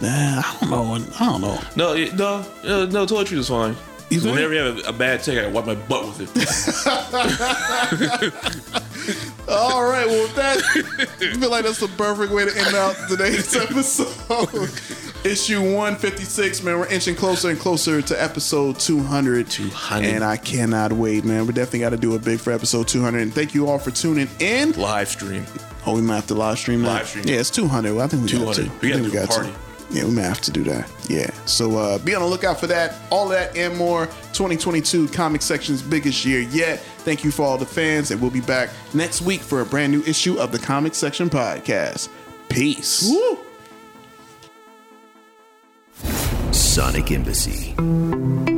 A: Nah, I don't know. I don't know.
B: No, it- no, no, no, toiletries is fine.
A: You think?
B: Whenever you have a, a bad take, I wipe my butt with it.
A: All right, well, with *laughs* that, I feel like that's the perfect way to end out *laughs* today's episode. Issue 156, man. We're inching closer and closer to episode 200. 200. And I cannot wait, man. We definitely got to do a big for episode 200. And thank you all for tuning in.
B: *laughs* Live stream.
A: Oh, we might have to live stream that.
B: Live stream.
A: Yeah, it's 200. Well, I think we got to.
B: 200.
A: I
B: We gotta
A: think
B: do a
A: got to.
B: party.
A: Yeah, we might have to do that. Yeah. So uh, be on the lookout for that. All that and more. 2022 Comic Section's biggest year yet. Thank you for all the fans, and we'll be back next week for a brand new issue of the Comic Section Podcast. Peace.
J: Sonic Embassy.